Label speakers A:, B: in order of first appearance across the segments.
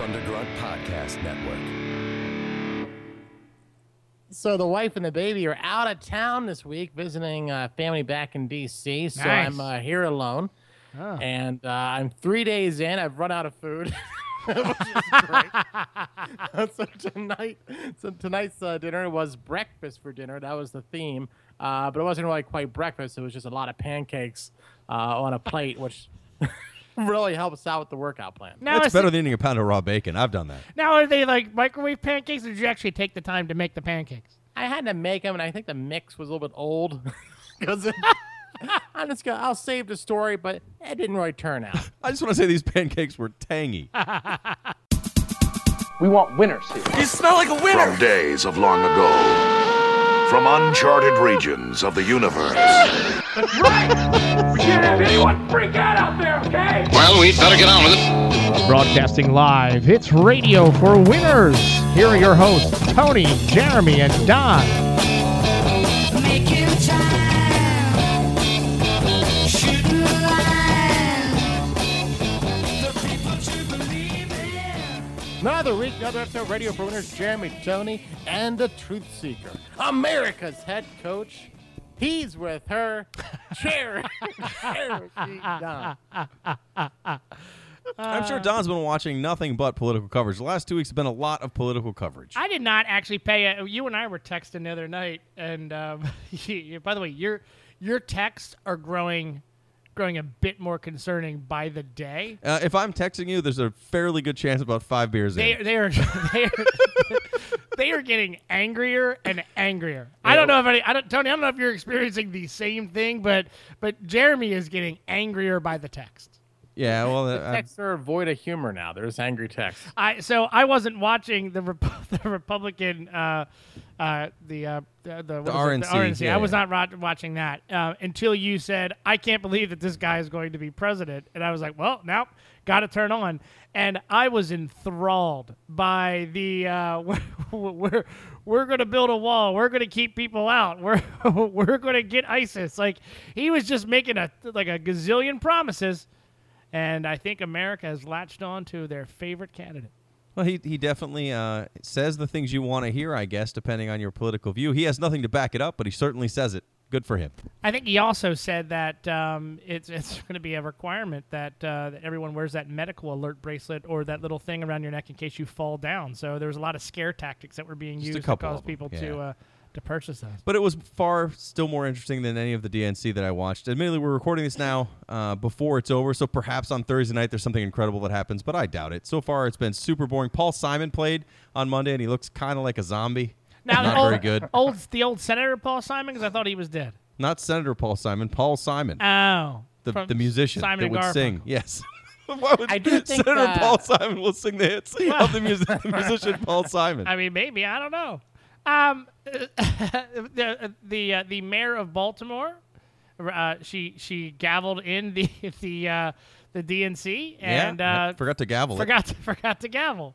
A: Underground Podcast Network.
B: So the wife and the baby are out of town this week visiting uh, family back in D.C. So
C: Nice.
B: I'm uh, here alone,
C: Oh.
B: and uh, I'm three days in. I've run out of food. so tonight, so tonight's uh, dinner was breakfast for dinner. That was the theme, uh, but it wasn't really quite breakfast. It was just a lot of pancakes uh, on a plate, which really helps out with the workout plan.
C: now,
D: That's
C: is-
D: better than eating a pound of raw bacon. I've done that.
C: now are they like microwave pancakes, or did you actually take the time to make the pancakes?
B: I had to make them, and I think the mix was a little bit old. Because I'm just gonna, I'll save the story, but it didn't really turn out.
D: I just want to say these pancakes were tangy.
C: Uh.
E: We want winners here.
F: From days of long ago. From uncharted regions of the universe.
G: Well, we'd better get on with it.
C: Broadcasting live, it's Radio for Winners. Here are your hosts, Tony, Jeremy, and Don.
H: Making time, shooting the line. The people to believe in.
B: Another week, another episode of Radio for Winners, Jeremy Tony, and the Truth Seeker, America's head coach. He's with her, Cherry. Cherokee Don.
D: I'm sure Don's been watching nothing but political coverage. The last two weeks have been a lot of political coverage.
C: I did not actually pay. A, you and I were texting the other night, and um, you- you- by the way, your your texts are growing, growing a bit more concerning by the day.
D: Uh, if I'm texting you, there's a fairly good chance about five beers
C: They
D: in.
C: they are they are, they are getting angrier and angrier. I don't know if any, I don't Tony. I don't know if you're experiencing the same thing, but but Jeremy is getting angrier by the text.
D: Yeah, well, uh, I-
B: Texts are void of humor now. There's angry text.
C: I so I wasn't watching the Rep- the Republican uh, uh, the, uh, the the, what is it?
D: RNC, yeah,
C: I was
D: yeah.
C: not ro- watching that uh, until you said I can't believe that this guy is going to be president, and I was like, well, now got to turn on, and I was enthralled by the uh, we're we're, we're going to build a wall, we're going to keep people out, we're we're going to get ISIS. Like he was just making a like a gazillion promises. And I think America has latched on to their favorite candidate.
D: well, he he definitely uh, says the things you want to hear, I guess, depending on your political view. He has nothing to back it up, but he certainly says it. Good for him.
C: I think he also said that um, it's it's going to be a requirement that uh, that everyone wears that medical alert bracelet or that little thing around your neck in case you fall down. So there was a lot of scare tactics that were being
D: Just a
C: used to
D: couple of
C: cause
D: them,
C: people
D: yeah.
C: to uh, to purchase those.
D: But it was far still more interesting than any of the DNC that I watched. Admittedly, we're recording this now uh, before it's over, so perhaps on Thursday night there's something incredible that happens, but I doubt it. So far, it's been super boring. Paul Simon played on Monday, and he looks kind of like a zombie. Not
C: old,
D: very good.
C: Old the old Senator Paul Simon because I thought he was dead.
D: Not Senator Paul Simon, Paul Simon,
C: Oh,
D: the,
C: from
D: the musician
C: Simon
D: that
C: and
D: would
C: Garfunkel.
D: sing. Yes. Why would
B: I do think,
D: Senator
B: uh,
D: Paul Simon will sing the hits of the, mus- the musician Paul Simon?
C: I mean, maybe I don't know. Um, the the uh, the mayor of Baltimore, uh, she she gavelled in the the uh, the DNC
D: yeah,
C: and
D: I
C: uh,
D: forgot to gavel. it.
C: forgot to, forgot to gavel.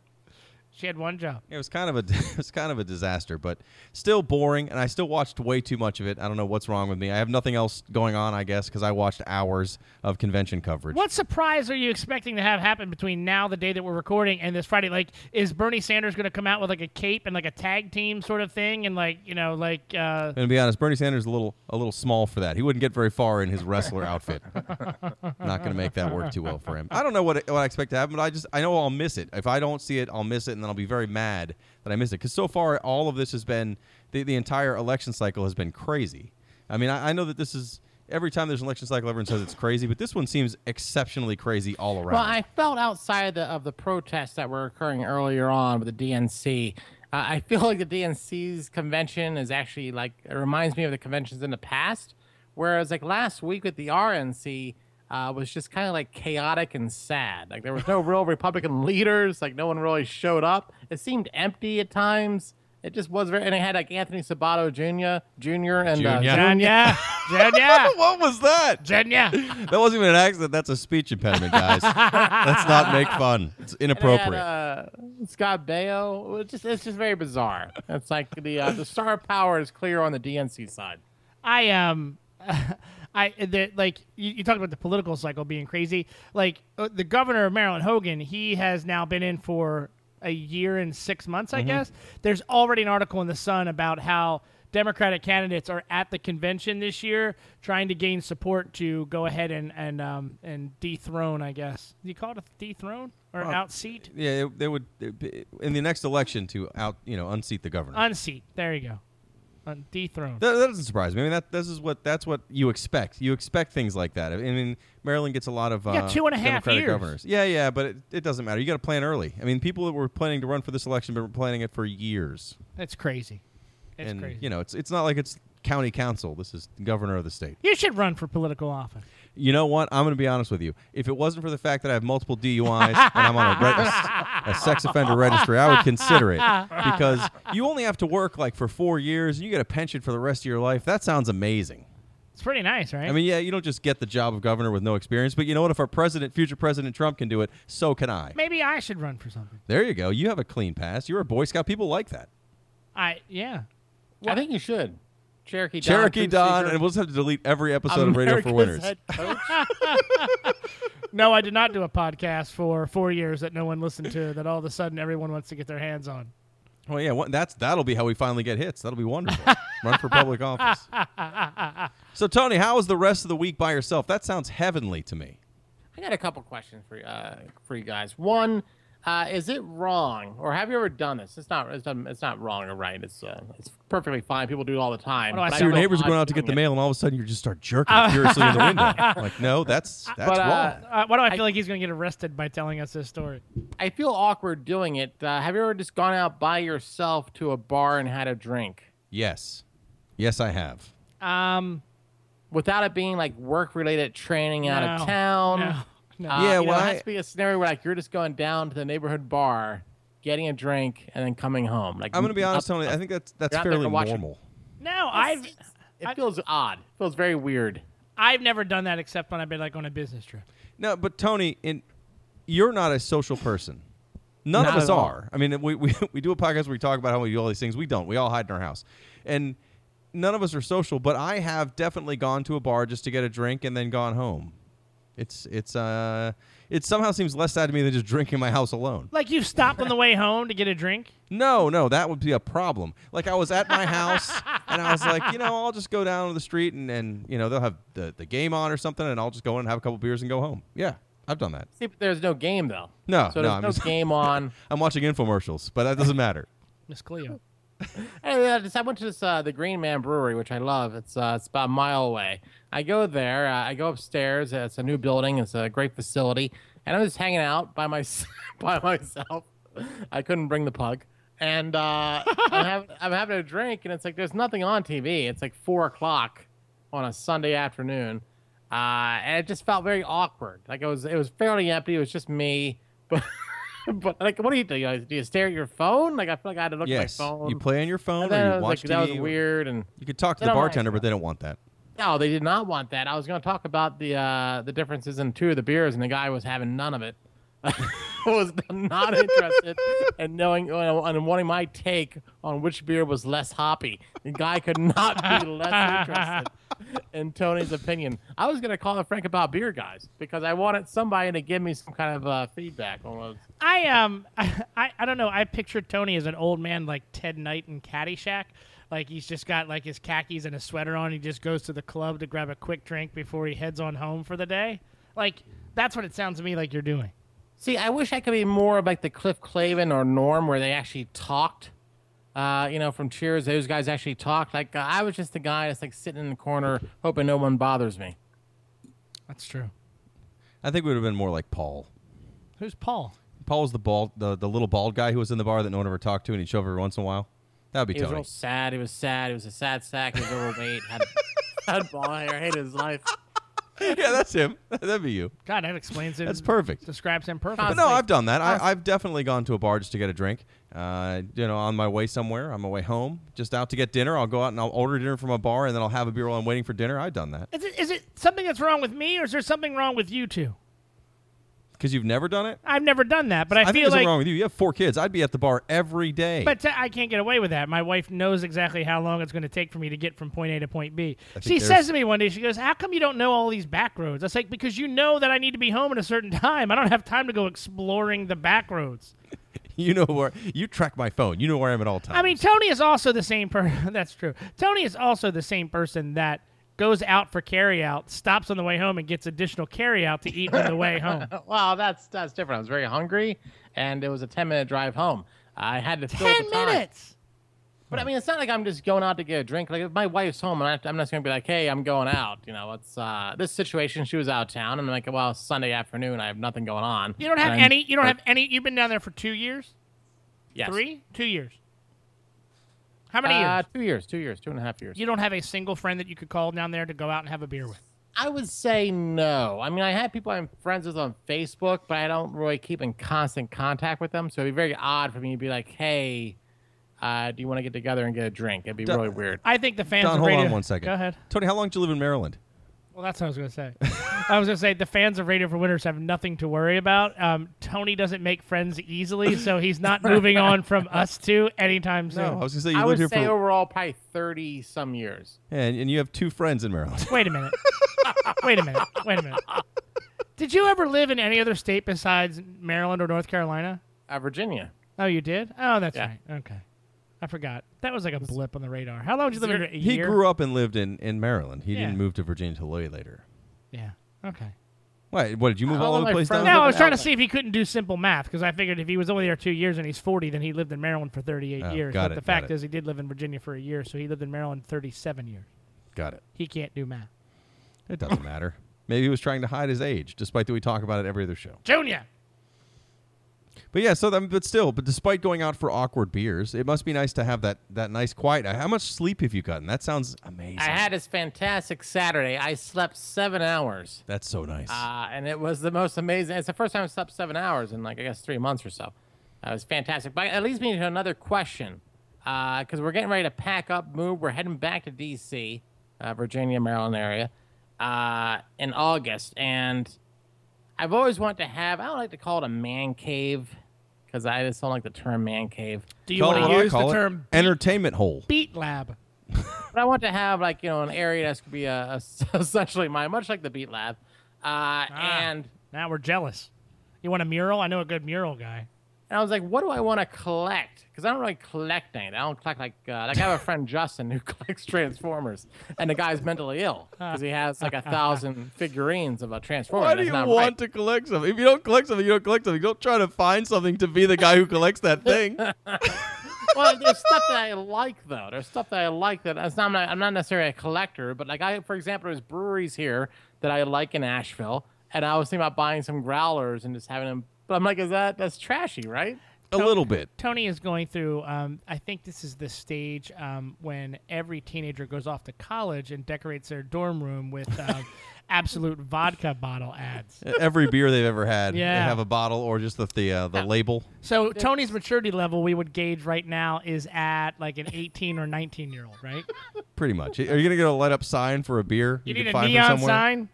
C: She had one job.
D: It was kind of a it was kind of a disaster, but still boring. And I still watched way too much of it. I don't know what's wrong with me. I have nothing else going on, I guess, because I watched hours of convention coverage.
C: What surprise are you expecting to have happen between now, the day that we're recording, and this Friday? Like, is Bernie Sanders going to come out with like a cape and like a tag team sort of thing, and like you know, like uh,
D: And to be honest, Bernie Sanders is a little a little small for that. He wouldn't get very far in his wrestler outfit. Not going to make that work too well for him. I don't know what what I expect to happen, but I just I know I'll miss it. If I don't see it, I'll miss it, and then I'll be very mad that I missed it. Because so far, all of this has been the the entire election cycle has been crazy. I mean, I, I know that this is every time there's an election cycle, everyone says it's crazy, but this one seems exceptionally crazy all around.
B: Well, I felt outside of the, of the protests that were occurring earlier on with the DNC. Uh, I feel like the DNC's convention is actually like it reminds me of the conventions in the past, whereas like last week with the RNC uh, was just kind of like chaotic and sad. Like there was no real Republican leaders. Like no one really showed up. It seemed empty at times. It just was very, and it had like Anthony Sabato Jr. Jr. and Uh,
D: Junior.
B: Zach-
C: Jenya, Jenya,
D: what was that?
C: Jenya?
D: That wasn't even an accident. That's a speech impediment, guys. Let's not make fun. It's
B: They
D: inappropriate.
B: Had, uh, Scott Baio. It's just it's just very bizarre. It's like the uh, the star power is clear on the DNC side.
C: I um I that like you, you talked about the political cycle being crazy. Like uh, the governor of Maryland, Hogan, he has now been in for a year and six months, I
D: Mm-hmm.
C: guess. There's already an article in the Sun about how Democratic candidates are at the convention this year trying to gain support to go ahead and and um, and dethrone, I guess. Do you call it a dethrone or outseat?
D: Yeah, they would it'd be- in the next election to out, you know, unseat the governor.
C: Unseat. There you go. Un- dethrone.
D: that, that doesn't surprise me. I mean, that this is what that's what you expect. You expect things like that. I mean, Maryland gets a lot of uh,
C: got two and a half
D: Democratic
C: years.
D: governors. Yeah, yeah, but it, it doesn't matter. You got to plan early. I mean, people that were planning to run for this election have been planning it for years,
C: That's crazy. It's
D: and
C: crazy.
D: you know, it's it's not like it's county council. This is governor of the state.
C: You should run for political office.
D: You know what? I'm going to be honest with you. If it wasn't for the fact that I have multiple DUIs and I'm on a, reg- a sex offender registry, I would consider it because you only have to work like for four years and you get a pension for the rest of your life. That sounds amazing.
C: It's pretty nice, right?
D: I mean, yeah, you don't just get the job of governor with no experience, but you know what? If our president, future President Trump, can do it, so can I.
C: maybe I should run for something.
D: There you go. You have a clean pass. You're a Boy Scout. People like that.
C: I yeah.
B: I think you should. Cherokee Don.
D: Cherokee
B: Truth
D: Don,
B: Seeker,
D: and we'll just have to delete every episode of Radio for
B: America's
D: Winners.
B: head coach.
C: No, I did not do a podcast for four years that no one listened to. That all of a sudden everyone wants to get their hands on.
D: Well, yeah, one- that's that'll be how we finally get hits. That'll be wonderful. Run for public office. So, Tony, how was the rest of the week by yourself? That sounds heavenly to me.
B: I got a couple questions for you, uh, for you guys. One, uh, is it wrong, or have you ever done this? It's not. It's, not- it's not wrong or right. It's uh, it's perfectly fine. People do it all the time.
C: do I
B: but
C: say?
B: I
D: So your
B: feel
D: neighbors are
B: odd
D: going out to get
B: doing
D: the
B: it.
D: mail, and all of a sudden you just start jerking furiously in the window. Like, no, that's that's
B: But, uh,
D: wrong.
C: Uh, why do I feel like he's going to get arrested by telling us this story?
B: I feel awkward doing it. Uh, have you ever just gone out by yourself to a bar and had a drink
D: Yes, yes, I have.
C: Um,
B: without it being like work related, training out
C: No.
B: of town?
C: no, no.
B: Uh,
D: Yeah,
B: you know,
D: well,
B: it
D: I-
B: has to be a scenario where like you're just going down to the neighborhood bar, getting a drink, and then coming home. Like
D: I'm going to be honest, Tony. I think that's that's
B: You're out there
D: fairly
B: to watch it.
D: normal.
C: no, I've
B: It feels odd. It feels very weird.
C: I've never done that except when I've been like on a business trip.
D: No, but Tony, in, you're not a social person. None of
B: Not
D: us
B: at all.
D: are. I mean, we, we, we do a podcast where we talk about how we do all these things. We don't. We all hide in our house. And none of us are social, but I have definitely gone to a bar just to get a drink and then gone home. It's it's uh it somehow seems less sad to me than just drinking in my house alone.
C: Like you stopped on the way home to get a drink.
D: No, no, that would be a problem. Like I was at my house and I was like, you know, I'll just go down to the street and, and you know, they'll have the, the game on or something and I'll just go in and have a couple beers and go home. Yeah. I've done that.
B: See, but there's no game though.
D: No,
B: so
D: no,
B: there's
D: I'm
B: no
D: just-
B: game on.
D: I'm watching infomercials, but that doesn't matter.
C: Miss Cleo.
B: Hey, I, just, I went to this uh, the Green Man Brewery, which I love. It's uh, it's about a mile away. I go there. Uh, I go upstairs. Uh, It's a new building. It's a great facility, and I'm just hanging out by my by myself. I couldn't bring the pug, and uh, I'm, having, I'm having a drink, and it's like there's nothing on TV. It's like four o'clock on a Sunday afternoon, uh, and it just felt very awkward. Like it was it was fairly empty. It was just me, but. But like, what do you do? You know, Do you stare at your phone? Like, I feel like I had to look
D: yes,
B: at my phone.
D: you play on your phone
B: And then
D: or
B: I
D: you
B: was
D: watch
B: like, that was
D: TV.
B: weird. And
D: You could talk to
B: They
D: the
B: don't like
D: bartender,
B: that.
D: but they don't want that.
B: no, they did not want that. I was going to talk about the uh, the differences in two of the beers, and the guy was having none of it. was not interested in knowing and wanting my take on which beer was less hoppy. The guy could not be less interested in Tony's opinion. I was going to call Frank about beer guys because I wanted somebody to give me some kind of uh, feedback on what.
C: I um I, I don't know. I pictured Tony as an old man like Ted Knight in Caddyshack. Like he's just got like his khakis and a sweater on. He just goes to the club to grab a quick drink before he heads on home for the day. Like that's what it sounds to me like you're doing.
B: See, I wish I could be more of like the Cliff Clavin or Norm, where they actually talked. Uh, you know, from Cheers, those guys actually talked. Like uh, I was just the guy that's like sitting in the corner, hoping no one bothers me.
C: That's true.
D: I think we would have been more like Paul.
C: Who's Paul?
D: Paul was the bald, the, the little bald guy who was in the bar that no one ever talked to, and he'd show up every once in a while. That would be
B: He was
D: Tony.
B: real sad. He was sad. He was a sad sack. He was overweight. Had, had ball hair. Hated his life.
D: yeah, that's him. That'd be you.
C: God, that explains it.
D: That's perfect.
C: Describes him perfectly.
D: But no, I've done that. I, I've definitely gone to a bar just to get a drink. Uh, you know, on my way somewhere, on my way home, just out to get dinner. I'll go out and I'll order dinner from a bar, and then I'll have a beer while I'm waiting for dinner. I've done that.
C: Is it, is it something that's wrong with me, or is there something wrong with you two?
D: Because you've never done it.
C: I've never done that, but I,
D: think
C: feel
D: there's
C: like
D: wrong with you. You have four kids. I'd be at the bar every day.
C: But t- I can't get away with that. My wife knows exactly how long it's going to take for me to get from point A to point B. She
D: there's-
C: says to me one day, she goes, "How come you don't know all these back roads?" I was like, "Because you know that I need to be home at a certain time. I don't have time to go exploring the back roads."
D: you know where you track my phone. You know where I am at all times.
C: I mean, Tony is also the same person. That's true. Tony is also the same person that goes out for carryout, stops on the way home, and gets additional carryout to eat on the way home.
B: Wow, that's that's different. I was very hungry, and it was a ten minute drive home. I had to fill
C: Ten
B: the time.
C: minutes.
B: But I mean, it's not like I'm just going out to get a drink. Like if my wife's home, and I, I'm just gonna be like, "Hey, I'm going out." You know, it's uh, this situation. She was out of town, and I'm like, "Well, it's Sunday afternoon, I have nothing going on."
C: You don't have
B: And I'm-
C: any. You don't have any. You've been down there for two years,
B: yes.
C: three, two years. How many years?
B: Uh, two years, two years, two and a half years.
C: You don't have a single friend that you could call down there to go out and have a beer with.
B: I would say no. I mean, I have people I'm friends with on Facebook, but I don't really keep in constant contact with them. So it'd be very odd for me to be like, "Hey, uh, do you want to get together and get a drink?" It'd be
D: Don't-
B: really weird.
C: I think the fans
D: Don,
C: of
D: hold
C: radio.
D: on one second.
C: Go ahead.
D: Tony. How long did you live in Maryland?
C: Well, that's what I was going to say. I was going to say the fans of Radio for Winners have nothing to worry about. Um, Tony doesn't make friends easily, so he's not moving on from us two anytime soon.
D: I was gonna say you
B: I
D: lived
B: would
D: here
B: say
D: for
B: overall probably thirty some years.
D: and, and you have two friends in Maryland.
C: Wait a minute. Wait a minute. Wait a minute. Did you ever live in any other state besides Maryland or North Carolina?
B: Uh, Virginia.
C: Oh, you did. Oh, that's
B: Yeah.
C: right. Okay, I forgot. That was like a blip on the radar. How long did you live in? A
D: he
C: year?
D: grew up and lived in, in Maryland. He
C: Yeah.
D: didn't move to Virginia until way later.
C: Yeah. Okay.
D: Wait, what did you move
B: All
D: all
B: of
D: over the
B: my
D: place?
B: friends
D: down
C: No,
D: there?
C: I was
B: at
C: trying to
B: Outlet.
C: see if he couldn't do simple math because I figured if he was only there two years and he's 40, then he lived in Maryland for 38
D: Oh,
C: years.
D: got
C: but
D: it,
C: the
D: got
C: fact
D: it.
C: is, he did live in Virginia for a year, so he lived in Maryland 37 years.
D: Got it.
C: He can't do math.
D: It doesn't matter. Maybe he was trying to hide his age, despite that we talk about it every other show.
C: Junior!
D: But yeah, so that, but still, but despite going out for awkward beers, it must be nice to have that that nice quiet. Uh, How much sleep have you gotten? That sounds amazing.
B: I had this fantastic Saturday. I slept seven hours,
D: That's so nice.
B: uh, and it was the most amazing. It's the first time I slept seven hours in like I guess three months or so. Uh, it was fantastic. But that leads me to another question, because we're getting ready to pack up, move. We're heading back to D.C., uh, Virginia, Maryland area, uh, in August, and I've always wanted to have. I don't like to call it a man cave, because I just don't like the term man cave.
C: Do you
D: Call it
C: want
D: what I
C: to use
D: call
C: the
D: it,
C: term
D: entertainment hole.
C: beat lab?
B: But I want to have like you know an area that's gonna be a, a- essentially mine, much like the Beat Lab. Uh,
D: Ah.
B: And
C: Now we're jealous. You want a mural? I know a good mural guy.
B: and I was like, what do I want to collect? Because I don't really collect anything. I don't collect like uh, like I have a friend Justin who collects Transformers, and the guy's mentally ill because he has like a thousand figurines of a Transformer.
D: Why
B: and
D: Ah.
B: it's
D: do you
B: not
D: want
B: right.
D: to collect something? If you don't collect something, you don't collect something. Don't try to find something to be the guy who collects that thing.
B: well, there's stuff that I like though. There's stuff that I like that it's not, I'm not I'm not necessarily a collector, but like I, for example, there's breweries here that I like in Asheville, and I was thinking about buying some growlers and just having them. But I'm like, is that that's trashy, right?
D: a little bit.
C: Tony is going through. Um, I think this is the stage um, when every teenager goes off to college and decorates their dorm room with um, absolute vodka bottle ads.
D: Every beer they've ever had,
C: Yeah.
D: they have a bottle or just the the, uh, the label.
C: So Tony's maturity level we would gauge right now is at like an 18 or 19 year old, right?
D: Pretty much. Are you gonna get a light up sign for a beer?
C: You,
D: can
C: need a
D: find from
C: neon
D: somewhere?
C: sign.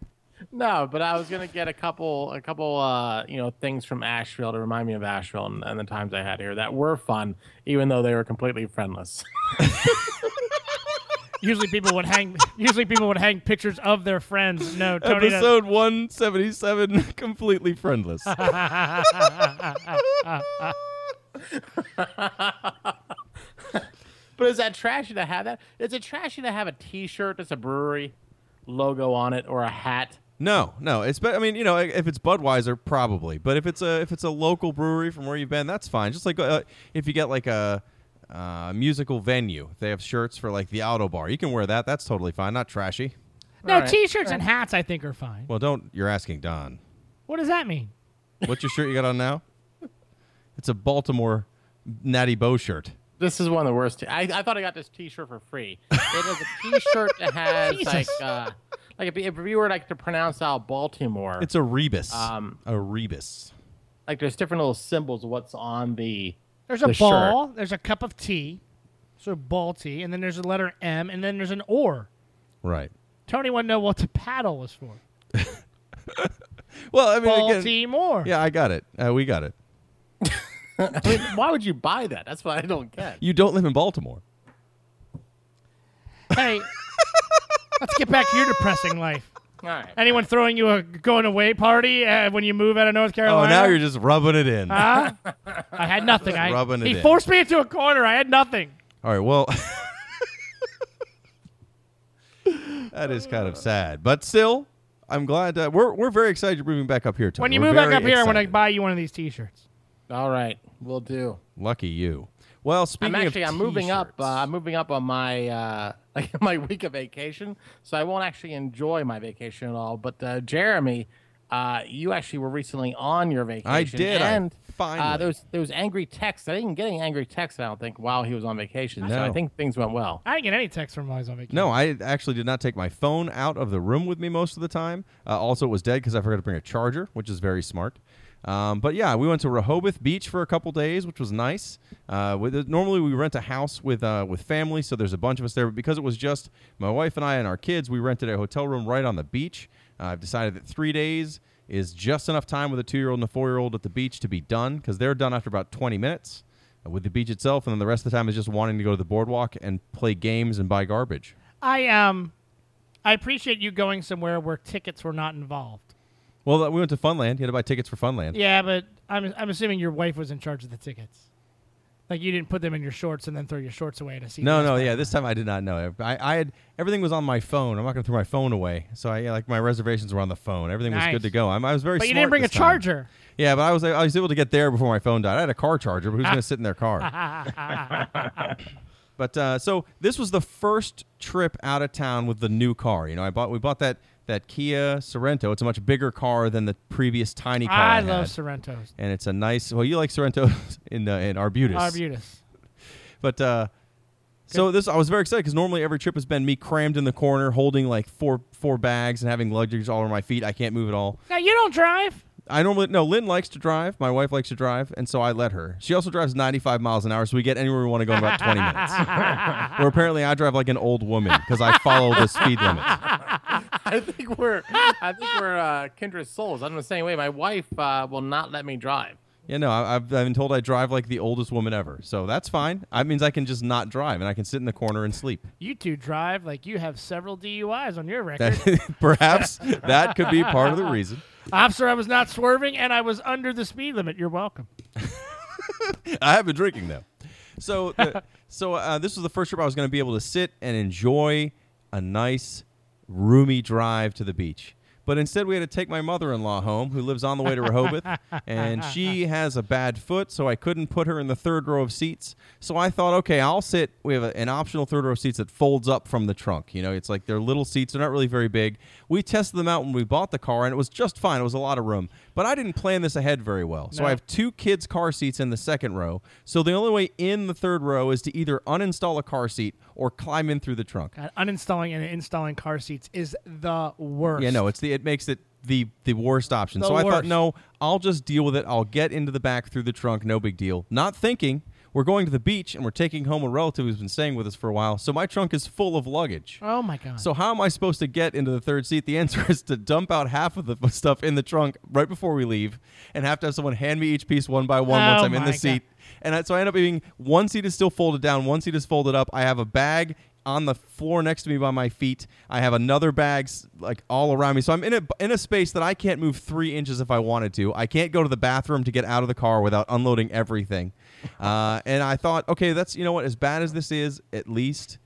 B: No, but I was gonna get a couple a couple uh you know things from Asheville to remind me of Asheville and, and the times I had here that were fun, even though they were completely friendless.
C: Usually people would hang. Usually people would hang pictures of their friends. No, Tony. doesn't.
D: Episode one seventy seven, completely friendless.
B: But is that trashy to have that? Is it trashy to have a T-shirt that's a brewery logo on it or a hat?
D: no, no. It's be- I mean, you know, if it's Budweiser, probably. But if it's a if it's a local brewery from where you've been, that's fine. Just like uh, if you get like a uh, musical venue, they have shirts for like the auto bar. You can wear that. That's totally fine. Not trashy.
C: no,
B: All right.
C: t-shirts and hats I think are fine.
D: Well, don't. You're asking Don.
C: What does that mean?
D: What's your shirt you got on now? It's a Baltimore Natty Bow shirt.
B: This is one of the worst. I, I thought I got this T-shirt for free. It is a T-shirt that has like,
C: Jesus.
B: uh, like if, if you were like to pronounce out Baltimore,
D: It's a rebus.
B: Um,
D: a rebus.
B: like there's different little symbols of what's on the.
C: There's a
B: The shirt.
C: ball. There's a cup of tea. So ball tea, and then there's a letter M, and then there's an or.
D: Right.
C: Tony wouldn't know what the paddle was for.
D: Well, I mean, again,
C: Baltimore.
D: yeah, I got it. Uh, we got it.
B: I mean, why would you buy that? That's what I don't get.
D: You don't live in Baltimore.
C: Hey, let's get back to your depressing life.
B: All right.
C: Anyone throwing you a going away party uh, when you move out of North
D: Oh,
C: Carolina?
D: now you're just rubbing it in.
C: Huh? I had nothing. I,
D: rubbing it
C: he
D: in.
C: forced me into a corner. I had nothing.
D: All right. Well, that is
B: Uh.
D: kind of sad, but still, I'm glad uh, we're we're very excited you're moving back up here. Tony.
C: When you
D: We're
C: move back
D: very
C: up here, I want to
D: excited.
C: buy you one of these T-shirts.
B: All right. We'll do.
D: Lucky you. Well, speaking
B: I'm actually
D: of
B: I'm moving up.
D: t-shirts,
B: Uh, I'm moving up on my uh, like my week of vacation, so I won't actually enjoy my vacation at all. But uh, Jeremy, uh, you actually were recently on your vacation.
D: did. I-
B: And uh,
D: finally.
B: there was there was angry texts. I didn't get any angry texts. I don't think while he was on vacation. So I
D: No.
B: think things went well.
C: I didn't get any texts from Lies on vacation.
D: no, I actually did not take my phone out of the room with me most of the time. Uh, also, it was dead because I forgot to bring a charger, which is very smart. Um, but yeah, we went to Rehoboth Beach for a couple days, which was nice. Uh, with, normally, we rent a house with uh, with family, so there's a bunch of us there. But because it was just my wife and I and our kids, we rented a hotel room right on the beach. Uh, I've decided that three days is just enough time with a two year old and a four year old at the beach to be done because they're done after about 20 minutes uh, with the beach itself, and then the rest of the time is just wanting to go to the boardwalk and play games and buy garbage.
C: I um, I appreciate you going somewhere where tickets were not involved.
D: Well, uh, we went to Funland. You had to buy tickets for Funland.
C: Yeah, but I'm I'm assuming your wife was in charge of the tickets. Like you didn't put them in your shorts and then throw your shorts away to see. the
D: No, no,
C: next
D: yeah.
C: time.
D: This time I did not know. I, I had everything was on my phone. I'm not gonna throw my phone away. So I yeah, like my reservations were on the phone. Everything was
C: Nice.
D: good to go. I'm, I was very.
C: But you
D: smart
C: didn't bring a
D: this time.
C: charger.
D: Yeah, but I was I was able to get there before my phone died. I had a car charger, but who's gonna sit in their car? but uh, so this was the first trip out of town with the new car. You know, I bought we bought that that Kia Sorento. It's a much bigger car than the previous tiny car.
C: I,
D: I
C: love
D: had.
C: Sorrentos.
D: And it's a nice. Well, you like Sorrento in uh, in Arbutus.
C: Arbutus.
D: But uh, so this, I was very excited because normally every trip has been me crammed in the corner, holding like four four bags and having luggage all over my feet. I can't move at all.
C: Now you don't drive.
D: I normally no. Lynn likes to drive. My wife likes to drive, and so I let her. She also drives 95 miles an hour, so we get anywhere we want to go in about 20 minutes. Where apparently I drive like an old woman because I follow the speed limit.
B: I think we're I think we're uh, kindred souls. I'm the same way. My wife uh, will not let me drive.
D: Yeah, no, I, I've, I've been told I drive like the oldest woman ever, so that's fine. That means I can just not drive, and I can sit in the corner and sleep.
C: You two drive like you have several DUIs on your record.
D: That, perhaps that could be part of the reason.
C: Officer, I was not swerving and I was under the speed limit. You're welcome.
D: I have been drinking though. So, the, so uh, this was the first trip I was going to be able to sit and enjoy a nice, roomy drive to the beach. But instead, we had to take my mother-in-law home, who lives on the way to Rehoboth, and she has a bad foot, so I couldn't put her in the third row of seats. So I thought, okay, I'll sit. We have a, an optional third row of seats that folds up from the trunk. You know, it's like they're little seats; they're not really very big. We tested them out when we bought the car, and it was just fine. It was a lot of room, but I didn't plan this ahead very well. So
C: No.
D: I have two kids' car seats in the second row. So the only way in the third row is to either uninstall a car seat or climb in through the trunk.
C: God, Uh, uninstalling and installing car seats is the worst.
D: Yeah, no, it's the it makes it the the worst option.
C: The
D: so I thought,
C: worst.
D: no, I'll just deal with it. I'll get into the back through the trunk, no big deal. Not thinking we're going to the beach and we're taking home a relative who's been staying with us for a while. So my trunk is full of luggage.
C: Oh my god.
D: So how am I supposed to get into the third seat? The answer is to dump out half of the stuff in the trunk right before we leave, and have to have someone hand me each piece one by one once
C: Oh
D: I'm in
C: my
D: the
C: God.
D: seat. And I, so I end up being one seat is still folded down, one seat is folded up. I have a bag on the floor next to me by my feet. I have another bag s- like all around me. So I'm in a in a space that I can't move three inches if I wanted to. I can't go to the bathroom to get out of the car without unloading everything. Uh, and I thought, okay, that's you know what, as bad as this is, at least.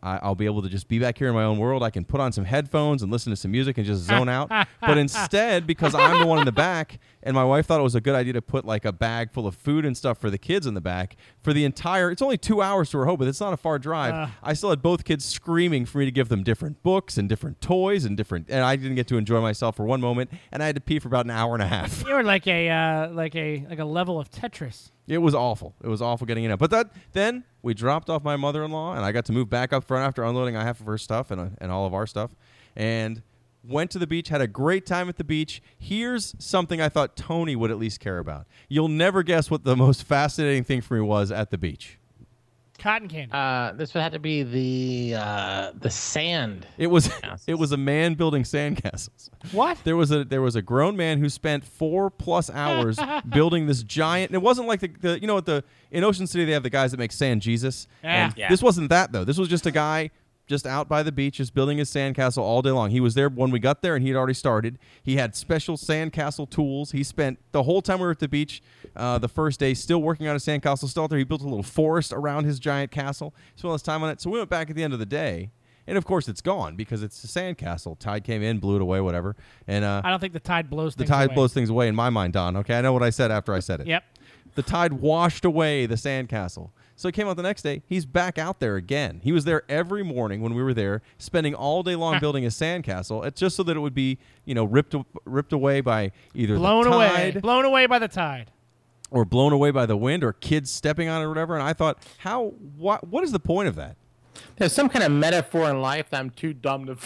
D: I, I'll be able to just be back here in my own world. I can put on some headphones and listen to some music and just zone out. But instead, because I'm the one in the back, and my wife thought it was a good idea to put like a bag full of food and stuff for the kids in the back for the entire. It's only two hours to Rehoboth. It's not a far drive. I still had both kids screaming for me to give them different books and different toys and different. And I didn't get to enjoy myself for one moment. And I had to pee for about an hour and a half.
C: you were like a uh, like a like a level of Tetris.
D: It was awful. It was awful getting it out. But that then we dropped off my mother in law, and I got to move back up front after unloading half of her stuff and, uh, and all of our stuff, and went to the beach. Had a great time at the beach. Here's something I thought Tony would at least care about. You'll never guess what the most fascinating thing for me was at the beach.
C: cotton candy.
B: Uh, this would have to be the uh, the sand.
D: It was it was a man building sandcastles.
C: what?
D: There was a there was a grown man who spent four plus hours building this giant. And it wasn't like the, the you know at the in Ocean City they have the guys that make sand Jesus.
C: Yeah.
D: And
B: Yeah.
D: This wasn't that though. This was just a guy just out by the beach, just building his sandcastle all day long. He was there when we got there, and he had already started. He had special sandcastle tools. He spent the whole time we were at the beach, uh, the first day, still working on his sandcastle. Still out there, he built a little forest around his giant castle. Spent all his time on it. So we went back at the end of the day. And of course, it's gone because it's a sandcastle. Tide came in, blew it away, whatever. And uh,
C: I don't think the tide blows.
D: the
C: things
D: tide
C: away.
D: blows things away in my mind, Don. Okay, I know what I said after I said it.
C: Yep.
D: The tide washed away the sandcastle. So he came out the next day. He's back out there again. He was there every morning when we were there, spending all day long building a sandcastle, uh, just so that it would be, you know, ripped a- ripped away by either
C: Blown
D: the
C: away.
D: tide
C: Blown away by the tide.
D: or blown away by the wind or kids stepping on it or whatever. And I thought, how what what is the point of that?
B: There's some kind of metaphor in life that I'm too dumb to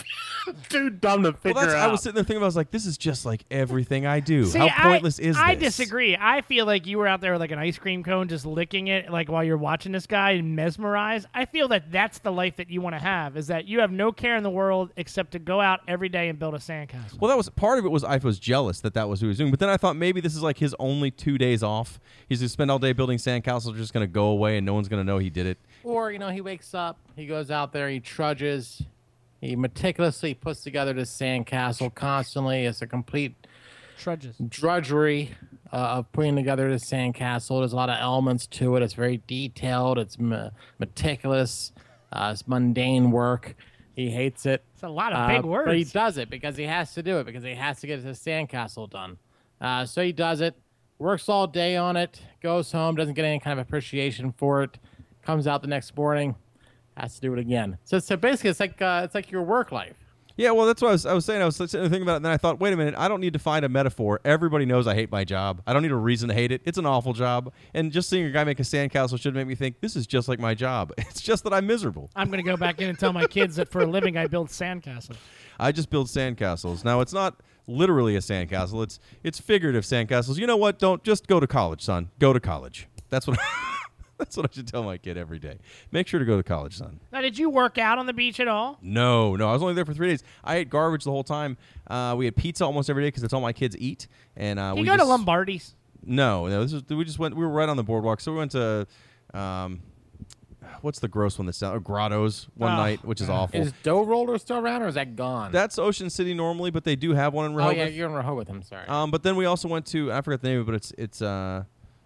B: too dumb to figure
D: Well, that's,
B: out.
D: I was sitting there thinking, about, I was like, this is just like everything I do.
C: See,
D: how pointless
C: I,
D: is
C: I
D: this?
C: disagree. I feel like you were out there with like an ice cream cone, just licking it, like while you're watching this guy and mesmerized. I feel that that's the life that you want to have. Is that you have no care in the world except to go out every day and build a sandcastle.
D: Well, that was part of it. Was I was jealous that that was who he was doing, but then I thought maybe this is like his only two days off. He's gonna spend all day building sandcastles, just gonna go away, and no one's gonna know he did it.
B: Or you know, he wakes up, he goes out there, he trudges, he meticulously puts together this sandcastle constantly. It's a complete
C: Trudges.
B: drudgery uh, of putting together the sandcastle. There's a lot of elements to it. It's very detailed. It's me- meticulous. Uh, it's mundane work. He hates it.
C: It's a lot of
B: Uh,
C: big
B: But he
C: words.
B: does it because he has to do it because he has to get his sandcastle done. Uh, so he does it, works all day on it, goes home, doesn't get any kind of appreciation for it, comes out the next morning, has to do it again. So, so basically, it's like uh, it's like your work life.
D: Yeah, well, that's what I was, I was saying. I was sitting there thinking about it, and then I thought, wait a minute, I don't need to find a metaphor. Everybody knows I hate my job. I don't need a reason to hate it. It's an awful job. And just seeing a guy make a sandcastle should make me think this is just like my job. It's just that I'm miserable.
C: I'm gonna go back in and tell my kids that for a living I build sandcastles.
D: I just build sandcastles. Now it's not literally a sandcastle. It's it's figurative sandcastles. You know what? Don't just go to college, son. Go to college. That's what that's what I should tell my kid every day. Make sure to go to college, son.
C: Now, did you work out on the beach at all?
D: No, no, I was only there for three days. I ate garbage the whole time. Uh, we had pizza almost every day because that's all my kids eat. And uh,
C: Can
D: we
C: you go to
D: just-
C: Lombardi's?
D: No, no. This is we just went. We were right on the boardwalk, so we went to. Um, What's the gross one that's down? Oh, Grottos one
C: Oh.
D: night, which is awful.
B: Is Dough Roller still around or is that gone?
D: That's Ocean City normally, but they do have one in
B: oh,
D: Rehoboth.
B: yeah, you're in Rehoboth. I'm sorry.
D: Um, but then we also went to I forgot the name of it, but it's it's uh,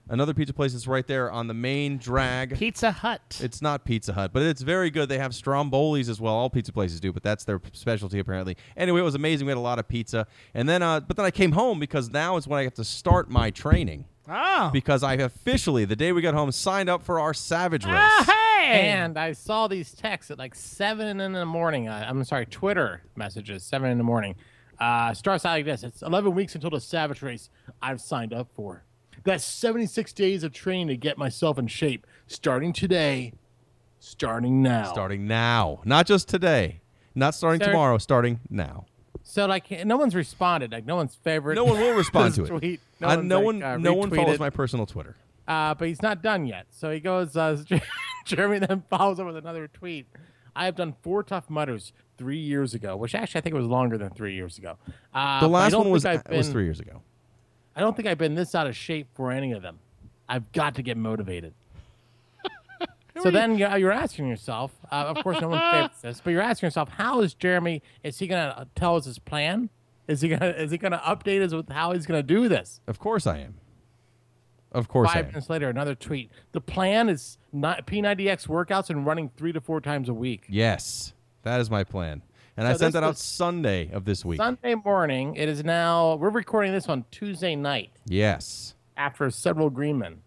D: another pizza place that's right there on the main drag.
C: Pizza Hut.
D: It's not Pizza Hut, but it's very good. They have Stromboli's as well. All pizza places do, but that's their specialty apparently. Anyway, it was amazing. We had a lot of pizza, and then uh, but then I came home because now is when I have to start my training
C: oh.
D: because I officially the day we got home signed up for our Savage race.
C: Ah, hey.
B: and I saw these texts at like seven in the morning. Uh, I'm sorry, Twitter messages seven in the morning. Uh, starts out like this: It's 11 weeks until the Savage Race I've signed up for. That's 76 days of training to get myself in shape. Starting today, starting now.
D: Starting now, not just today, not starting
B: Sir.
D: tomorrow, starting now.
B: So like, no one's responded. Like no one's favorite.
D: No one will respond to
B: this
D: it.
B: tweet.
D: No,
B: one's,
D: no
B: like,
D: one,
B: uh,
D: no one follows
B: retweeted.
D: my personal Twitter.
B: uh, but he's not done yet. So he goes, uh, Jeremy then follows up with another tweet. I have done four tough mutters three years ago, which actually I think it was longer than three years ago. Uh, but I
D: The last
B: don't
D: one
B: think
D: was
B: I've
D: was
B: been-
D: three years ago.
B: I don't think I've been this out of shape for any of them. I've got to get motivated. so then you're, you're asking yourself, uh, of course, no one favors this, but you're asking yourself, how is Jeremy? Is he going to tell us his plan? Is he gonna is he gonna update us with how he's gonna do this?
D: Of course I am. Of course I
B: Five
D: am.
B: minutes later, another tweet. The plan is not P90X workouts and running three to four times a week.
D: Yes, that is my plan, and I
B: So
D: sent
B: this
D: that out
B: was-
D: Sunday of this week.
B: Sunday morning, it is now, we're recording this on Tuesday night
D: yes,
B: after several green men.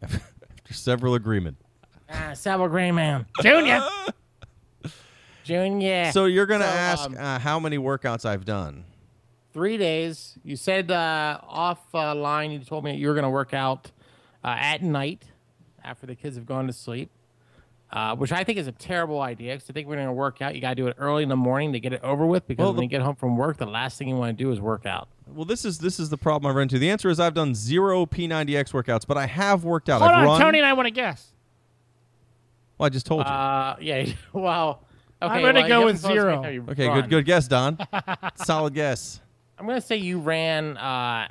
D: after several agreement.
B: Ah, several green men.
C: Junior.
B: June, yeah.
D: So you're gonna
B: So,
D: ask
B: um,
D: uh, how many workouts I've done.
B: three days. You said uh, offline, line. you told me that you were going to work out uh, at night after the kids have gone to sleep, uh, which I think is a terrible idea because I think we're going to work out. You got to do it early in the morning to get it over with because
D: Well,
B: when
D: the-
B: you get home from work, the last thing you want to do is work out.
D: Well, this is this is the problem I've run into. The answer is I've done zero P90X workouts, but I have worked out.
C: Hold
D: I've
C: on,
D: run.
C: Tony and I want to guess.
D: Well, I just told you.
B: Uh, yeah. Wow. Okay,
C: I'm gonna
B: well,
C: go
B: you
C: with
B: haven't told us
C: zero.
B: how you
D: okay,
B: run.
D: good good guess, Don. Solid guess.
B: I'm gonna say you ran. Uh,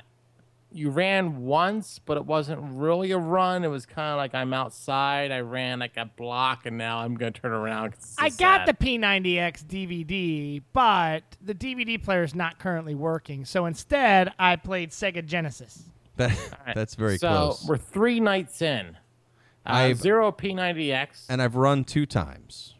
B: you ran once, but it wasn't really a run. It was kind of like I'm outside. I ran like a block, and now I'm gonna turn around. 'cause it's so
C: I
B: sad.
C: got the P90X DVD, but the DVD player is not currently working. So instead, I played Sega Genesis.
D: That, that's very
B: so
D: close.
B: we're three nights in. Uh,
D: I've-
B: zero P90X.
D: and I've run two times.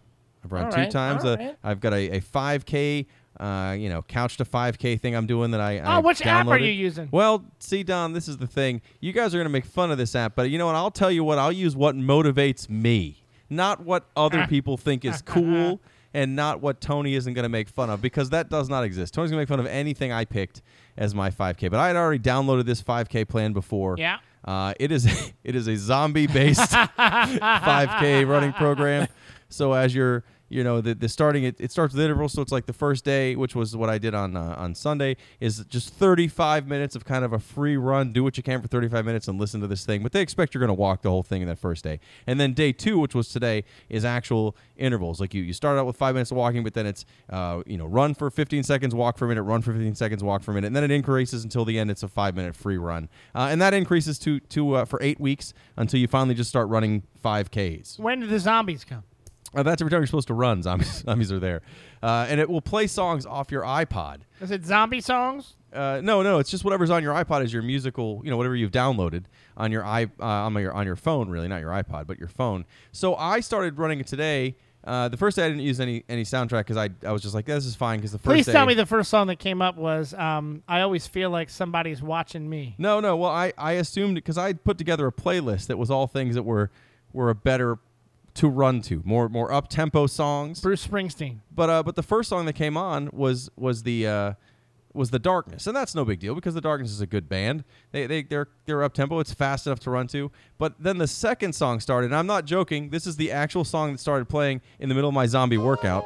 D: I've run
B: All
D: two
B: right,
D: times.
B: all
D: Uh,
B: right.
D: I've got a, a 5K, uh, you know, couch to 5K thing I'm doing that I.
C: Oh,
D: I
C: which app are you
D: downloaded.
C: using?
D: Well, see, Don, this is the thing. You guys are going to make fun of this app, but you know what? I'll tell you what. I'll use what motivates me, not what other people think is cool, and not what Tony isn't going to make fun of, because that does not exist. Tony's going to make fun of anything I picked as my 5K, but I had already downloaded this 5K plan before.
C: Yeah.
D: Uh, it is it is a zombie based 5K running program. So as you're you know the, the starting it, it starts with intervals so it's like the first day which was what i did on uh, on sunday is just 35 minutes of kind of a free run do what you can for 35 minutes and listen to this thing but they expect you're going to walk the whole thing in that first day and then day two which was today is actual intervals like you you start out with five minutes of walking but then it's uh, you know run for 15 seconds walk for a minute run for 15 seconds walk for a minute and then it increases until the end it's a five minute free run uh, and that increases to to uh, for eight weeks until you finally just start running 5ks
C: When do the zombies come?
D: uh, that's every time you're supposed to run. Zombies, zombies are there, uh, and it will play songs off your iPod.
C: Is it zombie songs?
D: Uh, no, no, it's just whatever's on your iPod is your musical, you know, whatever you've downloaded on your i uh, on your on your phone, really, not your iPod, but your phone. So I started running it today. Uh, the first day I didn't use any any soundtrack because I, I was just like this is fine because the first
C: Please
D: day,
C: tell me the first song that came up was um, I Always Feel Like Somebody's Watching Me.
D: No, no. Well, I, I assumed because I put together a playlist that was all things that were were a better to run to, more more up tempo songs.
C: Bruce Springsteen.
D: But uh, but the first song that came on was was the uh, was the darkness, and that's no big deal because the darkness is a good band. They they they're they're up tempo. It's fast enough to run to. But then the second song started, and I'm not joking. This is the actual song that started playing in the middle of my zombie workout.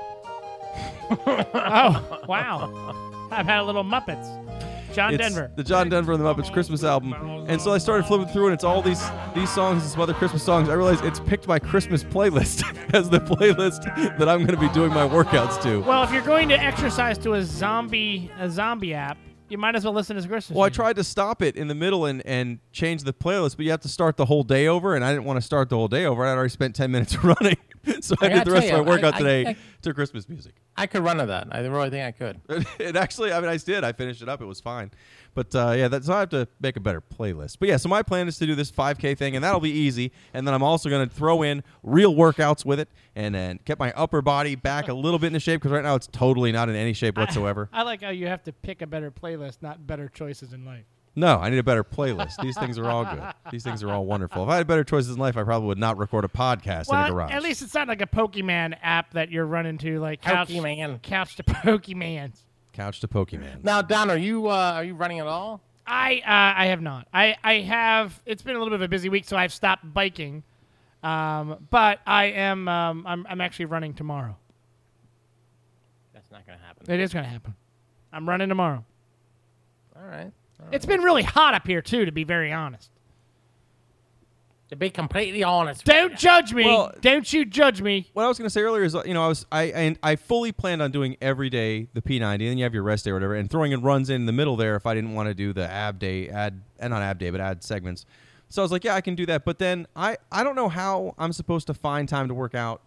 C: Oh, wow. I've had a little Muppets. John
D: It's
C: Denver.
D: the John Denver and the Muppets Christmas album. And so I started flipping through, and it's all these these songs and some other Christmas songs. I realized it's picked my Christmas playlist as the playlist that I'm going to be doing my workouts to.
C: Well, if you're going to exercise to a zombie a zombie app, you might as well listen to Christmas.
D: Well, I
B: Hmm.
C: music.
D: tried to stop it in the middle and, and change the playlist, but you have to start the whole day over, and I didn't want to start the whole day over. I'd already spent 10 minutes running. So I,
B: I
D: did
B: gotta
D: the rest
B: tell
D: of my
B: you,
D: workout
B: I- I-
D: today
B: I-
D: to Christmas music.
B: I could run to that. I really think I could.
D: it actually, I mean, I did. I finished it up. It was fine. But uh, yeah, that's so I have to make a better playlist. But yeah, so my plan is to do this 5K thing, and that'll be easy. And then I'm also going to throw in real workouts with it, and then get my upper body back a little bit into shape because right now it's totally not in any shape whatsoever.
C: I like how you have to pick a better playlist, not better choices in life.
D: no, I need a better playlist. These things are all good. These things are all wonderful. If I had better choices in life, I probably would not record a podcast in a
C: Well,
D: garage.
C: at least it's not like a Pokemon app that you're running to, like couch,
B: Pokemon.
C: couch to Pokemans.
D: couch to Pokemon.
B: Now, Don, are you uh, are you running at all?
C: I uh, I have not. I I have. It's been a little bit of a busy week, so I've stopped biking. Um, but I am. Um, I'm I'm actually running tomorrow.
B: That's not gonna happen.
C: It is going to happen. I'm running tomorrow.
B: All right.
C: It's been really hot up here too, to be very honest.
B: To be completely honest, with
C: Don't
B: you.
C: judge me.
D: Well-
C: Don't you judge me.
D: what I was going to say earlier is, uh, you know, I was I and I fully planned on doing every day the P90, and then you have your rest day or whatever, and throwing in runs in the middle there if I didn't want to do the ab day, ad, and not ab day, but ad segments. So I was like, yeah, I can do that. But then I I don't know how I'm supposed to find time to work out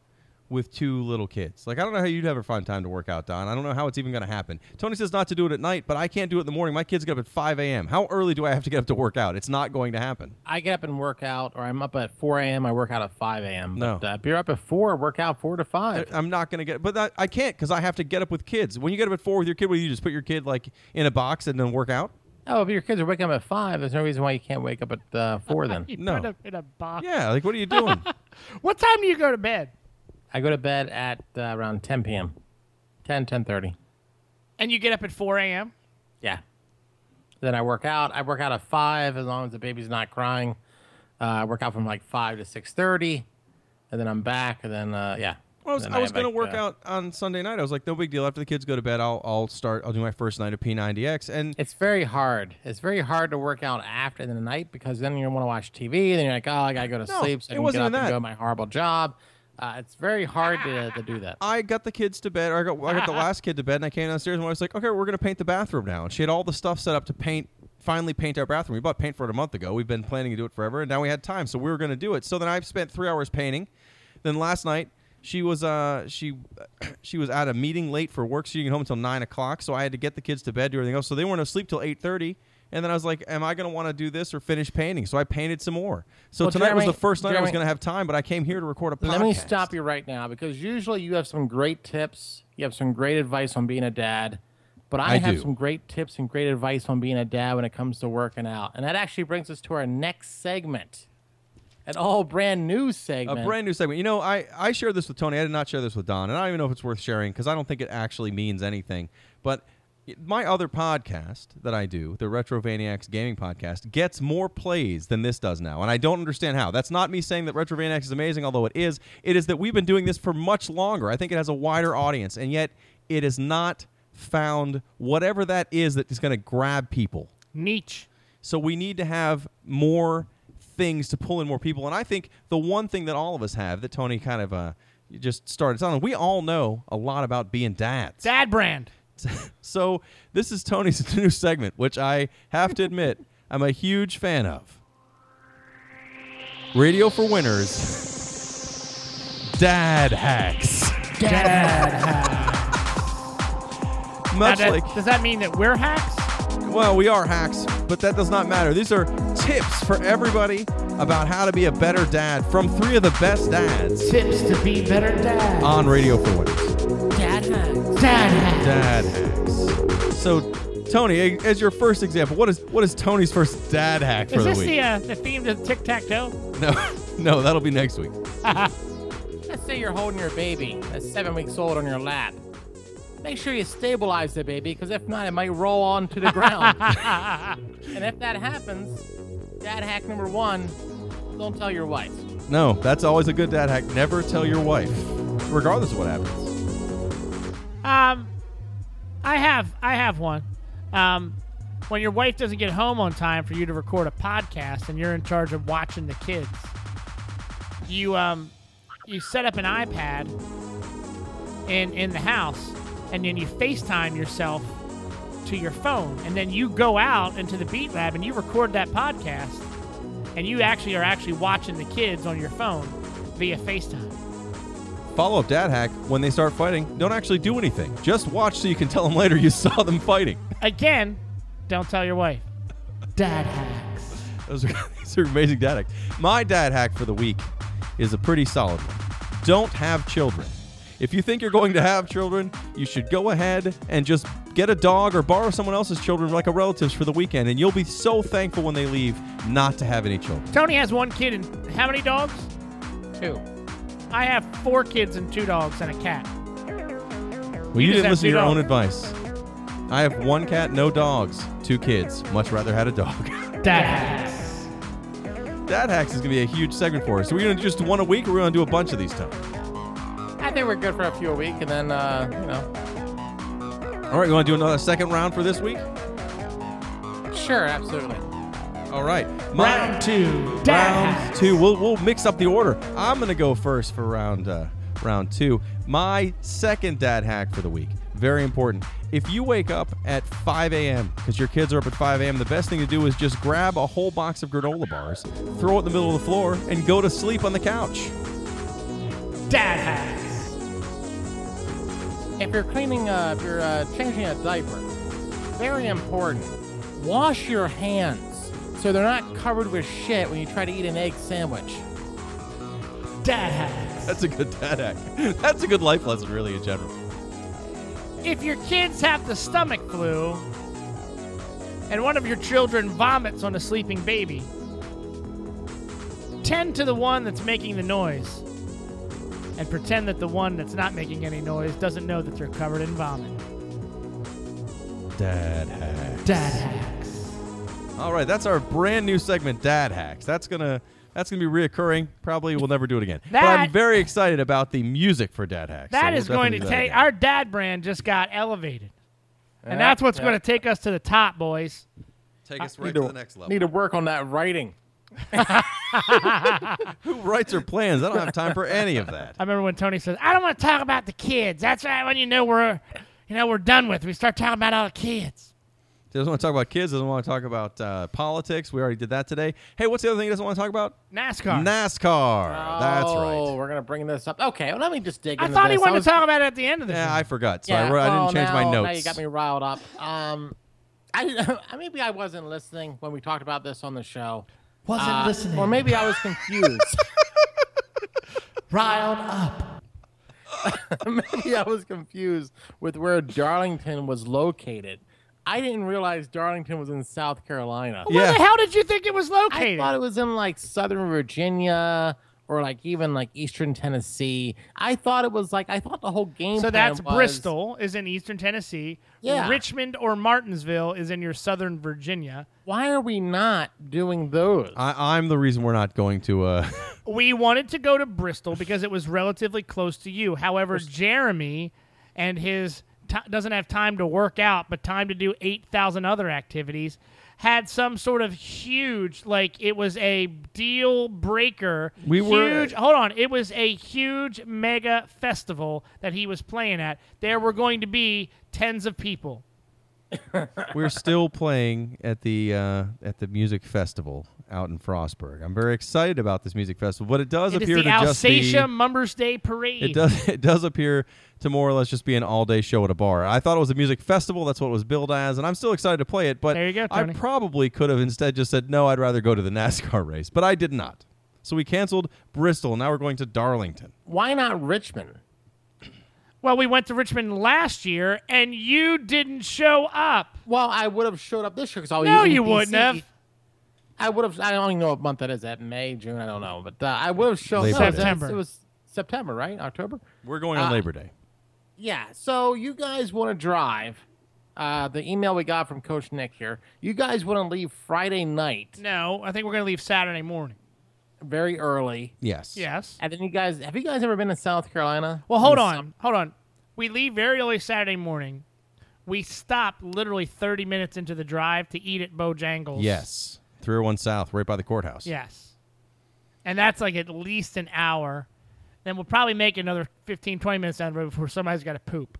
D: with two little kids. Like I don't know how you'd ever find time to work out, Don. I don't know how it's even going to happen. Tony says not to do it at night, but I can't do it in the morning. My kids get up at 5 a.m. How early do I have to get up to work out? It's not going to happen.
B: I get up and work out, or I'm up at 4 a.m. I work out at 5 a.m.
D: No.
B: but, uh, if you're up at four, work out four to five.
D: I'm not gonna get, but that, I can't because I have to get up with kids. When you get up at four with your kid, will you just put your kid like in a box and then work out?
B: oh, if your kids are waking up at five, there's no reason why you can't wake up at uh, four. Then
C: You
D: No.
C: put it in a box.
D: Yeah, like what are you doing?
C: What time do you go to bed?
B: I go to bed at uh, around 10 p.m. 10, 10:30.
C: And you get up at 4 a.m.
B: Yeah. Then I work out. I work out at five as long as the baby's not crying. Uh, I work out from like five to 6:30, and then I'm back. And then uh, yeah.
D: Well, I was,
B: Then
D: I was
B: have,
D: gonna
B: like,
D: work
B: uh,
D: out on Sunday night. I was like, no big deal. After the kids go to bed, I'll I'll start. I'll do my first night of P90X, and
B: It's very hard. It's very hard to work out after the night because then you want to watch TV. Then you're like, oh, I gotta go to
D: No,
B: sleep. So
D: it
B: I can get
D: wasn't
B: up
D: even
B: and
D: that.
B: go to my horrible job. Uh, it's very hard to, to do that.
D: I got the kids to bed. Or I got I got the last kid to bed, and I came downstairs and I was like, "Okay, we're gonna paint the bathroom now." And she had all the stuff set up to paint. Finally, paint our bathroom. We bought paint for it a month ago. We've been planning to do it forever, and now we had time, so we were gonna do it. So then I spent three hours painting. Then last night she was uh she she was at a meeting late for work. She didn't get home until nine o'clock, so I had to get the kids to bed, do everything else. So they weren't asleep till eight thirty. And then I was like, "Am I going to want to do this or finish painting?" So I painted some more. So
B: Well,
D: tonight was
B: Jeremy-
D: the first night I was
B: Jeremy-
D: going to have time, but I came here to record a podcast.
B: Let me stop you right now because usually you have some great tips. You have some great advice on being a dad. But I,
D: I
B: have
D: do.
B: some great tips and great advice on being a dad when it comes to working out. And that actually brings us to our next segment. An all brand new
D: a
B: segment.
D: brand new segment. You know, I, I shared this with Tony. I did not share this with Don, and I don't even know if it's worth sharing because I don't think it actually means anything. But it- my other podcast that I do, the Retrovaniacs Gaming Podcast, gets more plays than this does now, and I don't understand how. That's not me saying that Retrovaniacs is amazing, although it is. It is that we've been doing this for much longer. I think it has a wider audience, and yet it is not found whatever that is that is going to grab people.
C: Niche.
D: So we need to have more things to pull in more people. And I think the one thing that all of us have that Tony kind of uh, just started on, we all know a lot about being dads.
C: Dad brand.
D: so this is Tony's new segment, which I have to admit I'm a huge fan of. Radio for Winners. Dad hacks.
C: Now,
D: Much
C: that-
D: like
C: does that mean that we're hacks?
D: Well, we are hacks, but that does not matter. These are tips for everybody about how to be a better dad from three of the best dads
C: Tips to be better dad.
D: on Radio 4.
B: Dad hacks.
C: dad hack.
D: Dad hacks. So, Tony, as your first example, what is what is Tony's first dad hack for
C: Is
D: the
C: this the
D: week?
C: uh, the theme to tic tac toe?
D: no, no, that'll be next week.
B: Let's say you're holding your baby that's seven weeks old on your lap. Make sure you stabilize the baby because if not, it might roll onto the ground. and if that happens, dad hack number one don't tell your wife.
D: No, that's always a good dad hack. Never tell your wife, regardless of what happens.
C: Um, I have I have one. Um, when your wife doesn't get home on time for you to record a podcast and you're in charge of watching the kids, you um, you set up an iPad in in the house, and then you FaceTime yourself to your phone, and then you go out into the Beat Lab and you record that podcast, and you actually are actually watching the kids on your phone via FaceTime.
D: Follow up dad hack when they start fighting, don't actually do anything. Just watch so you can tell them later you saw them fighting.
C: Again, don't tell your wife. Dad hacks.
D: Those are, these are amazing dad hacks. My dad hack for the week is a pretty solid one. Don't have children. If you think you're going to have children, you should go ahead and just get a dog or borrow someone else's children, like a relative's, for the weekend, and you'll be so thankful when they leave not to have any children.
C: Tony has one kid and how many dogs?
B: Two.
C: I have four kids and two dogs and a cat.
D: Well, you,
C: just
D: didn't
C: have
D: listen to
C: two
D: your own
C: dogs.
D: advice. I have one cat, no dogs, two kids. Much rather had a dog.
C: Dad hacks.
D: dad hacks is going to be a huge segment for us. Are we going to just do one a week, or we're going to do a bunch of these times?
B: I think we're good for a few a week, and then uh, you know,
D: All right, you want to do another second round for this week?
B: sure, absolutely.
D: All right. My-
C: Round two. Dad
D: round
C: hacks.
D: two. We'll we'll mix up the order. I'm gonna go first for round uh, round two. My second dad hack for the week. Very important. If you wake up at 5 a.m. because your kids are up at 5 a.m., the best thing to do is just grab a whole box of granola bars, throw it in the middle of the floor, and go to sleep on the couch.
C: Dad hacks.
B: If you're cleaning, uh, if you're uh, changing a diaper, very important. Wash your hands so they're not covered with shit when you try to eat an egg sandwich.
C: Dad hacks.
D: That's a good dad hack. That's a good life lesson, really, in general.
C: If your kids have the stomach flu and one of your children vomits on a sleeping baby, tend to the one that's making the noise and pretend that the one that's not making any noise doesn't know that they're covered in vomit.
D: Dad hack.
C: Dad hacks.
D: All right, that's our brand new segment, Dad Hacks. That's gonna that's gonna be reoccurring. Probably we'll never do it again. but I'm
C: That-
D: very excited about the music for Dad Hacks.
C: That
D: so
C: is
D: we'll
C: going to
D: definitely do
C: take
D: that
C: our dad brand just got elevated. And
B: Yeah,
C: that's what's
B: yeah.
C: going to take us to the top, boys.
D: again. take us right
B: Need to- Need to work on that writing.
D: Who writes her plans? I don't have time for any of that.
C: I remember when Tony says, "I don't want to talk about the kids." That's right when you know we're, you know, we're done with. We start talking about all the kids.
D: He doesn't want to talk about kids. Doesn't want to talk about uh, politics. We already did that today. Hey, what's the other thing he doesn't want to talk about?
C: NASCAR.
D: NASCAR. That's
B: Oh,
D: right.
B: we're gonna bring this up. Okay, well, let me just dig.
C: I
B: into
C: thought he
B: this.
C: wanted
B: was-
C: to talk about it at the end of this.
D: Yeah, I forgot. So I,
B: Yeah,
D: wrote, I
B: well,
D: didn't change my
B: now-
D: notes.
B: Now you got me riled up. Um, I maybe I wasn't listening when we talked about this on the show.
C: wasn't
B: Uh, Or maybe I was confused.
C: riled up.
B: maybe I was confused with where Darlington was located. I didn't realize Darlington was in South Carolina.
C: Where the
D: Yeah.
C: hell did you think it was
B: I
C: located?
B: thought it was in like Southern Virginia or like even like Eastern Tennessee. I thought it was like I thought the whole game.
C: so
B: plan
C: that's
B: was-
C: Bristol is in eastern Tennessee.
B: Yeah.
C: Richmond or Martinsville is in your southern Virginia.
B: Why are we not doing those?
D: I, I'm the reason we're not going to. Uh,
C: We wanted to go to Bristol because it was relatively close to you. However, Jeremy and his t- doesn't have time to work out, but time to do 8,000 other activities. Had some sort of huge, like it was a deal breaker.
D: We were-
C: huge. Hold on, it was a huge mega festival that he was playing at. There were going to be tens of people.
D: we're still playing at the uh, at the music festival out in Frostburg. I'm very excited about this music festival, but it does
C: It is
D: appear
C: the
D: to
C: Alsatia
D: just
C: Mummers Day Parade.
D: be. It does. It does appear to more or less just be an all day show at a bar. I thought it was a music festival. That's what it was billed as, and I'm still excited to play it. But
C: There you go,
D: I
C: Tony.
D: probably could have instead just said no. I'd rather go to the NASCAR race, but I did not. So we canceled Bristol. Now we're going to Darlington.
B: Why not Richmond?
C: Well, we went to Richmond last year, and you didn't show up.
B: Well, I would have showed up this year because I was
C: No,
B: in
C: you
B: DC.
C: wouldn't have.
B: I would have. I don't even know what month that is. That May, June, I don't know. But uh, I would have shown
D: Labor
B: no, it was-
C: September.
B: It was September, right? October.
D: We're going
C: Ah.
D: on
B: Uh,
D: Labor Day.
B: Yeah. So you guys want to drive? Uh, the email we got from Coach Nick here. You guys want to leave Friday night
C: No, I think we're going to leave Saturday morning.
B: very early,
D: Yes.
C: Yes.
B: and then you guys. Have you guys ever been to South Carolina?
C: Well, hold
B: In the
C: on. Hold on. We leave very early Saturday morning. We stop literally 30 minutes into the drive to eat at Bojangles.
D: Yes. 301 South, right by the courthouse.
C: Yes. And that's like at least an hour. Then we'll probably make another 15, 20 minutes down the road before somebody's got to poop.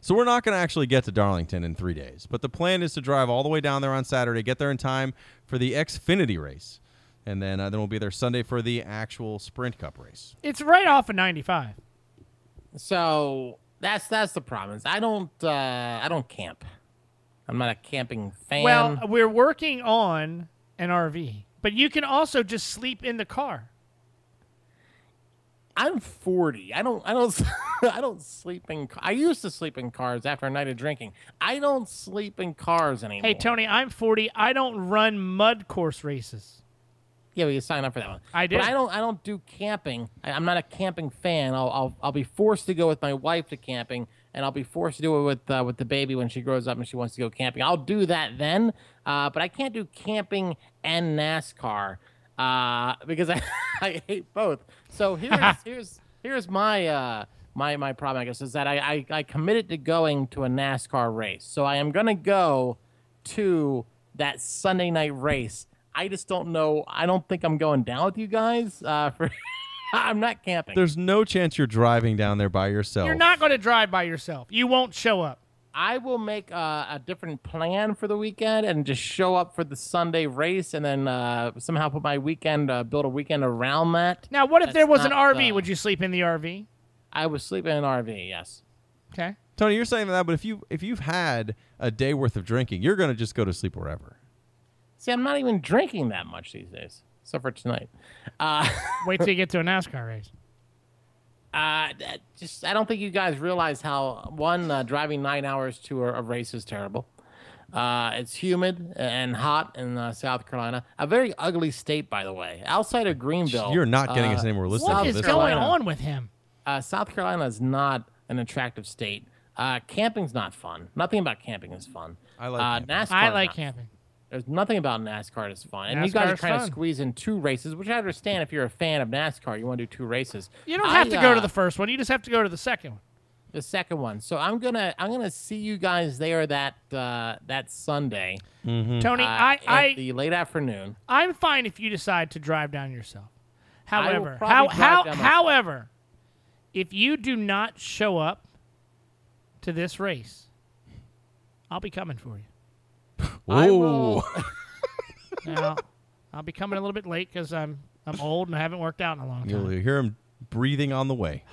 D: So we're not going to actually get to Darlington in three days, but the plan is to drive all the way down there on Saturday, get there in time for the Xfinity race, and then uh, then we'll be there Sunday for the actual Sprint Cup race.
C: It's right off of 95.
B: Sup- So that's that's the problem. is I don't. Uh, I don't camp. I'm not a camping fan.
C: Well, we're working on an RV, but you can also just sleep in the car.
B: I'm 40. I don't I don't I don't sleep in ca- I used to sleep in cars after a night of drinking. I don't sleep in cars anymore.
C: Hey, Tony, I'm 40. I don't run mud course races.
B: Yeah, well, you sign up for that one.
C: I
B: But
C: did.
B: I don't I don't do camping. I, I'm not a camping fan. I'll, I'll I'll be forced to go with my wife to camping and I'll be forced to do it with uh, with the baby when she grows up and she wants to go camping. I'll do that then. Uh, but I can't do camping and NASCAR uh, because I, I hate both. So here's here's here's my uh, my my problem I guess is that I, I I committed to going to a NASCAR race. So I am gonna go to that Sunday night race. I just don't know. I don't think I'm going down with you guys. Uh, for I'm not camping.
D: There's no chance you're driving down there by yourself.
C: You're not going to drive by yourself. You won't show up.
B: I will make uh, a different plan for the weekend and just show up for the Sunday race, and then uh, somehow put my weekend, uh, build a weekend around that.
C: Now, what if there was an
B: not
C: RV?
B: the-
C: Would you sleep in the RV?
B: I was sleeping in an RV. Yes.
C: Okay.
D: Tony, you're saying that, but if you if you've had a day worth of drinking, you're going to just go to sleep wherever.
B: See, I'm not even drinking that much these days, except for tonight. Uh,
C: Wait till you get to a NASCAR race.
B: uh, that- just I don't think you guys realize how one uh, driving nine hours to a, a race is terrible. Uh, it's humid and hot in uh, South Carolina, a very ugly state, by the way. Outside of Greenville,
D: You're not getting
B: uh,
D: us anywhere listening
C: What
D: to
C: is
D: this.
C: going
B: Carolina.
C: on with him?
B: uh, South Carolina is not an attractive state. Uh, camping's not fun. Nothing about camping is fun.
D: I like
B: uh,
D: camping.
B: NASCAR.
C: I like
B: not.
C: camping.
B: There's nothing about NASCAR that's fun. And you
C: NASCAR
B: guys are
C: is
B: trying to
C: fun.
B: squeeze in two races, which I understand if you're a fan of NASCAR, you want to do two races.
C: You don't
B: I,
C: have to go to
B: uh,
C: the first one. You just have to go to the second one.
B: the second one. So I'm gonna I'm gonna see you guys there that uh, that Sunday,
C: Tony,
B: uh,
C: I,
B: in
C: I,
B: the late afternoon.
C: I'm fine if you decide to drive down yourself.
B: will
C: However,
B: probably
C: how,
B: drive
C: how,
B: down myself.
C: however, if you do not show up to this race, I'll be coming for you.
B: I
D: Ooh.
B: will-
C: Now, I'll be coming a little bit late because I'm I'm old and I haven't worked out in a long time.
D: You'll hear him breathing on the way.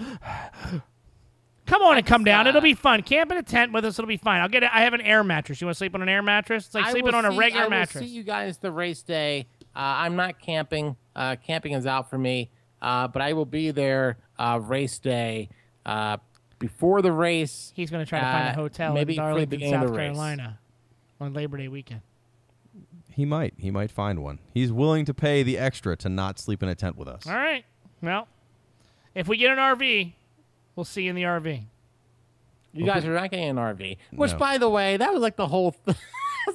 C: Come on and come down. It'll be fun. Camp in a tent with us. It'll be fine. I'll get. A, I have an air mattress. You want to sleep on an air mattress? It's like
B: I
C: sleeping
B: will
C: on a
B: see-
C: regular
B: I will
C: mattress.
B: see you guys the race day. Uh, I'm not camping. Uh, camping is out for me, uh, but I will be there uh, race day uh, before the race.
C: He's going to try to find a
B: Uh,
C: hotel
B: maybe
C: in
B: for the
C: Darlington,
B: beginning of
C: South
B: the race.
C: Carolina, on Labor Day weekend.
D: He might. He might find one. He's willing to pay the extra to not sleep in a tent with us.
C: All right. Well, if we get an RV, we'll see you in the RV.
B: You guys are not getting an RV, which,
D: No.
B: by the way, that was like the whole that's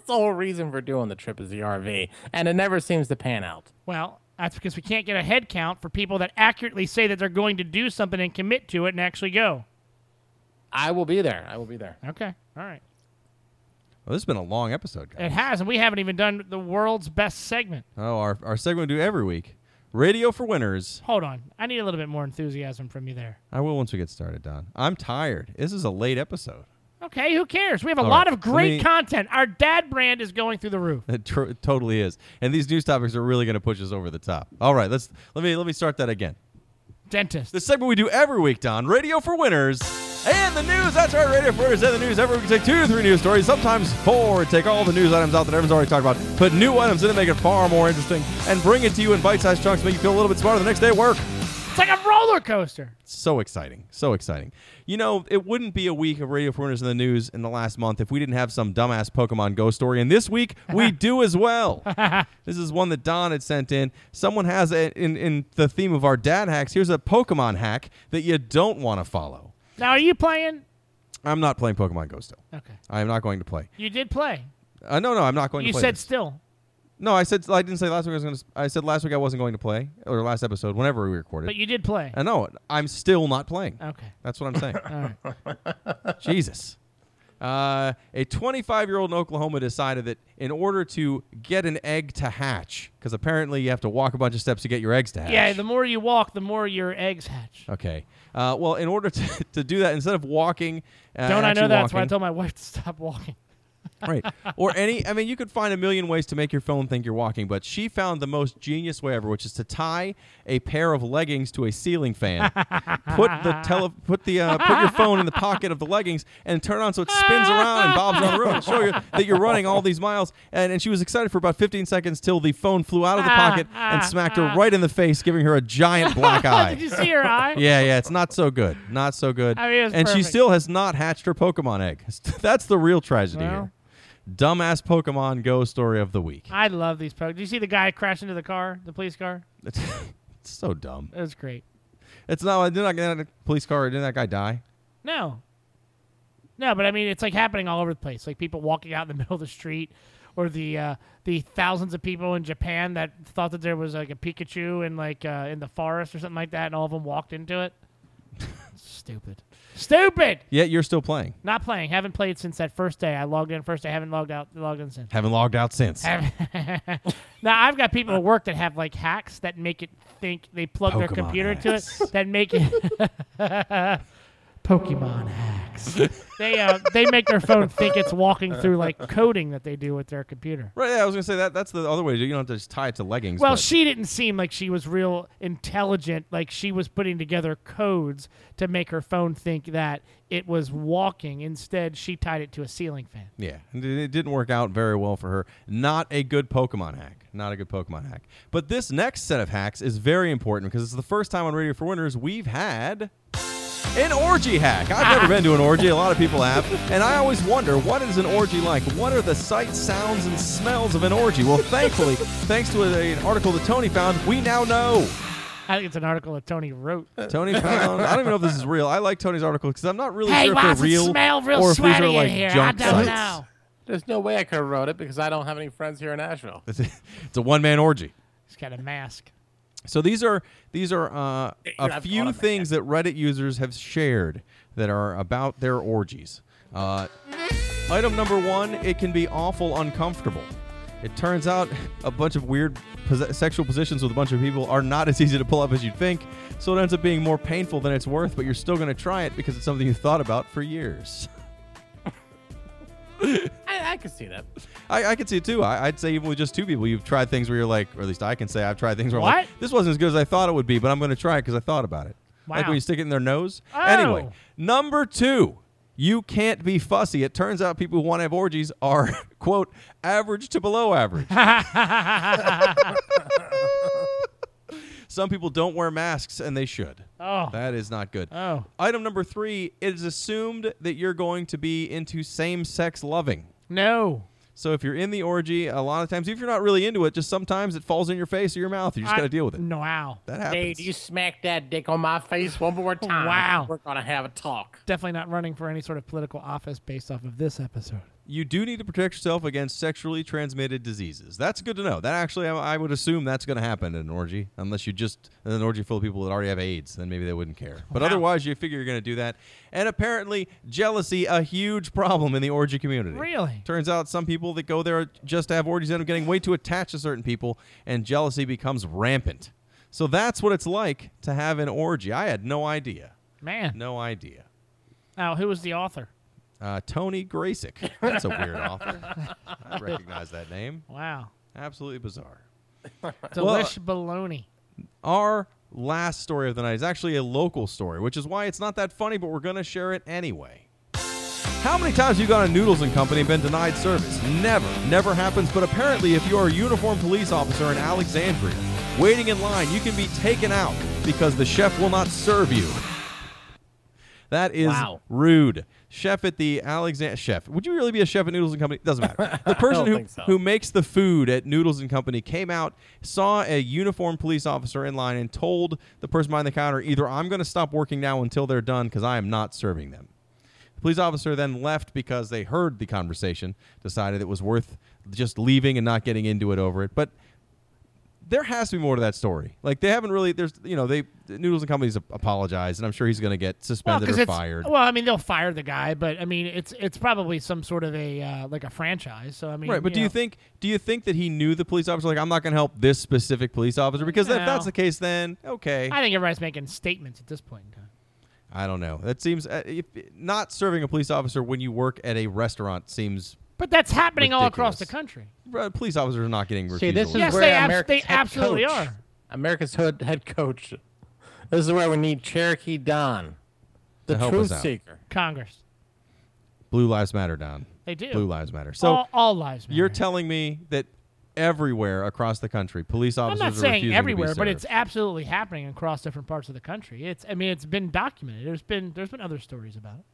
B: the whole reason for doing the trip is the RV, and it never seems to pan out.
C: Well, that's because we can't get a head count for people that accurately say that they're going to do something and commit to it and actually go.
B: I will be there. I will be there.
C: Okay. All right.
D: Well, this has been a long episode, guys.
C: It has, and we haven't even done the world's best segment.
D: Oh, our, our segment we do every week. Radio for winners.
C: Hold on. I need a little bit more enthusiasm from you there.
D: I will once we get started, Don. I'm tired. This is a late episode.
C: Okay, who cares? We have a
D: All
C: lot
D: right,
C: of great
D: let me-
C: content. Our dad brand is going through the roof.
D: It tr- totally is. And these news topics are really going to push us over the top. All right, let's let me let me start that again.
C: Dentist.
D: The segment we do every week, Don. Radio for winners. And the news. That's right, Radio for winners and the news. Every week we take two, three news stories, sometimes four. Take all the news items out that everyone's already talked about, put new items in to make it far more interesting, and bring it to you in bite-sized chunks, make you feel a little bit smarter the next day at work.
C: It's like a roller coaster.
D: so exciting, so exciting. You know, it wouldn't be a week of Radio for Winners in the news in the last month if we didn't have some dumbass Pokemon Go story. And this week we do as well. this is one that Don had sent in. Someone has a, in in the theme of our dad hacks. Here's a Pokemon hack that you don't want to follow.
C: Now, are you playing?
D: I'm not playing Pokemon Go still.
C: Okay.
D: I am not going to play.
C: You did play.
D: Uh, no, no, I'm not going
C: You
D: to play.
C: said
D: this.
C: still.
D: no. I said I didn't say last week. I was going to. I said last week I wasn't going to play or last episode whenever we recorded.
C: But you Oh. did play.
D: I know. I'm still not playing.
C: Okay.
D: That's what I'm saying. Jesus. Uh, a 25 year old in Oklahoma decided that in order to get an egg to hatch, because apparently you have to walk a bunch of steps to get your eggs to hatch.
C: Yeah, the more you walk, the more your eggs hatch.
D: okay. Uh, well, in order to, to do that, instead of walking, uh,
C: Don't I know
D: actually
C: that's why I
D: walking-
C: told my wife to stop walking.
D: right or any i mean you could find a million ways to make your phone think you're walking but she found the most genius way ever which is to tie a pair of leggings to a ceiling fan put the tele put the uh, put your phone in the pocket of the leggings and turn on so it spins around and bobs around the room show you that you're running all these miles and, and she was excited for about 15 seconds till the phone flew out of the pocket and smacked her right in the face giving her a giant black eye
C: Did you see her eye?
D: yeah, yeah, it's not so good. Not so good.
C: I mean, it was
D: and she
C: perfect.
D: still has not hatched her Pokemon egg. That's the real tragedy
C: Well.
D: here. Dumbass Pokemon Go story of the week.
C: I love these pokes. Did you see the guy crash into the car, the police car?
D: It's, it's so dumb.
C: It was great.
D: It's not. Didn't I get a police car? Didn't that guy die?
C: No. No, but I mean, it's like happening all over the place. Like people walking out in the middle of the street, or the uh, the thousands of people in Japan that thought that there was like a Pikachu in like uh, in the forest or something like that, and all of them walked into it. Stupid. Stupid.
D: Yet you're still playing.
C: Not playing. Haven't played since that first day. I logged in first day. Haven't logged out. Logged in since.
D: Haven't logged out since.
C: now I've got people at work that have like hacks that make it think they plug their
D: Uh, Pokemon
C: computer into it
D: hacks.
C: that make it Pokemon hacks. they uh, they make their phone think it's walking through like coding that they do with their computer.
D: Right. Yeah, I was gonna say that. That's the other way. to do it. You don't have to just tie it to leggings.
C: Well,
D: but-
C: she didn't seem like she was real intelligent. Like she was putting together codes to make her phone think that it was walking. Instead, she tied it to a ceiling fan.
D: Yeah, and it it didn't work out very well for her. Not a good Pokemon hack. Not a good Pokemon hack. But this next set of hacks is very important because it's the first time on Radio for Winners we've had an orgy hack. I've never been to an orgy. A lot of people have, and I always wonder what is an orgy like. What are the sights, sounds, and smells of an orgy? Well, thankfully, thanks to a- an article that Tony found, we now know.
C: I think it's an article that Tony wrote.
D: Tony found. I don't even know if this is real. I like Tony's article because I'm not really
C: hey,
D: sure
C: why
D: if
C: does
D: they're real
C: it smell real
D: or if these
C: sweaty
D: are like
C: in here? I
D: junk
C: don't
D: sites.
C: know.
B: There's no way I could have wrote it because I don't have any friends here in Nashville.
D: It's a one man orgy.
C: He's got a mask.
D: So these are these are uh, a few things that Reddit users have shared that are about their orgies. Uh, item number one: it can be awful uncomfortable. It turns out a bunch of weird pos- sexual positions with a bunch of people are not as easy to pull up as you'd think, so it ends up being more painful than it's worth. But you're still going to try it because it's something you thought about for years.
B: I, I could see that.
D: I, I could see it too. I, I'd say even with just two people, you've tried things where you're like, or at least I can say I've tried things where I'm like,
C: What?
D: this wasn't as good as I thought it would be, but I'm going to try it because I thought about it. Like
C: Wow.
D: when you stick it in their nose.
C: Oh.
D: Anyway, number two, you can't be fussy. It turns out people who want to have orgies are, quote, average to below average. Some people don't wear masks and they should.
C: Oh.
D: That is not good.
C: Oh.
D: Item number three, it is assumed that you're going to be into same sex loving.
C: No.
D: So if you're in the orgy, a lot of times, if you're not really into it, just sometimes it falls in your face or your mouth. You just
C: I-
D: got to deal with it.
C: No. Wow.
D: That
B: Dude,
D: happens.
B: you smack that dick on my face one more time.
C: Wow.
B: We're going to have a talk.
C: Definitely not running for any sort of political office based off of this episode.
D: You do need to protect yourself against sexually transmitted diseases. That's good to know. That actually, I, I would assume that's going to happen in an orgy, unless you just in an orgy full of people that already have AIDS, then maybe they wouldn't care. But otherwise, you figure you're going to do that. And apparently, jealousy a huge problem in the orgy community.
C: Really?
D: Turns out some people that go there just to have orgies end up getting way too attached to certain people, and jealousy becomes rampant. So that's what it's like to have an orgy. I had no idea.
C: Man.
D: No idea.
C: Now, who was the author?
D: Uh, Tony Graysick. That's a weird author. I recognize that name.
C: Wow.
D: Absolutely bizarre.
C: Delish
D: uh,
C: baloney.
D: Our last story of the night is actually a local story, which is why it's not that funny, but we're going to share it anyway. How many times have you gone to Noodles and Company and been denied service? Never. Never happens, but apparently, if you are a uniformed police officer in Alexandria, waiting in line, you can be taken out because the chef will not serve you. That is
B: Wow.
D: rude. Chef at the Alexander chef. Would you really be a chef at Noodles and Company? Doesn't matter. The person
B: don't
D: who
B: think so.
D: who makes the food at Noodles and Company came out, saw a uniformed police officer in line, and told the person behind the counter, "Either I'm going to stop working now until they're done because I am not serving them." The police officer then left because they heard the conversation, decided it was worth just leaving and not getting into it over it. But there has to be more to that story. Like they haven't really. There's you know they Noodles and Company's apologized, and I'm sure he's going to get suspended or
C: it's
D: fired.
C: well, I mean they'll fire the guy, but I mean it's it's probably some sort of a uh, like a franchise. So I mean,
D: Right, but do you
C: know.
D: think do you think that he knew the police officer? Like, I'm not going to help this specific police officer because if
C: No.
D: that's the case, then okay.
C: I think everybody's making statements at this point in time.
D: I don't know. That seems uh, if, not serving a police officer when you work at a restaurant seems.
C: But that's happening all across the
D: Ridiculous.
C: country.
D: Uh, police officers are not getting
B: See,
D: refusal.
B: this is
C: Yes,
B: where
C: they abs-
B: America's
C: they
B: head
C: absolutely
B: coach-
C: are.
B: America's hood, head coach. This is where we need Cherokee Don, the
D: To help us
B: truth
D: out.
B: seeker.
C: Congress,
D: Blue Lives Matter, Don.
C: they do.
D: Blue Lives Matter. So
C: all, all lives matter.
D: you're telling me that everywhere across the country, police
C: I'm
D: officers
C: not
D: are
C: saying
D: refusing
C: everywhere,
D: to be
C: but
D: served.
C: it's absolutely happening across different parts of the country. It's I mean it's been documented. There's been there's been other stories about it.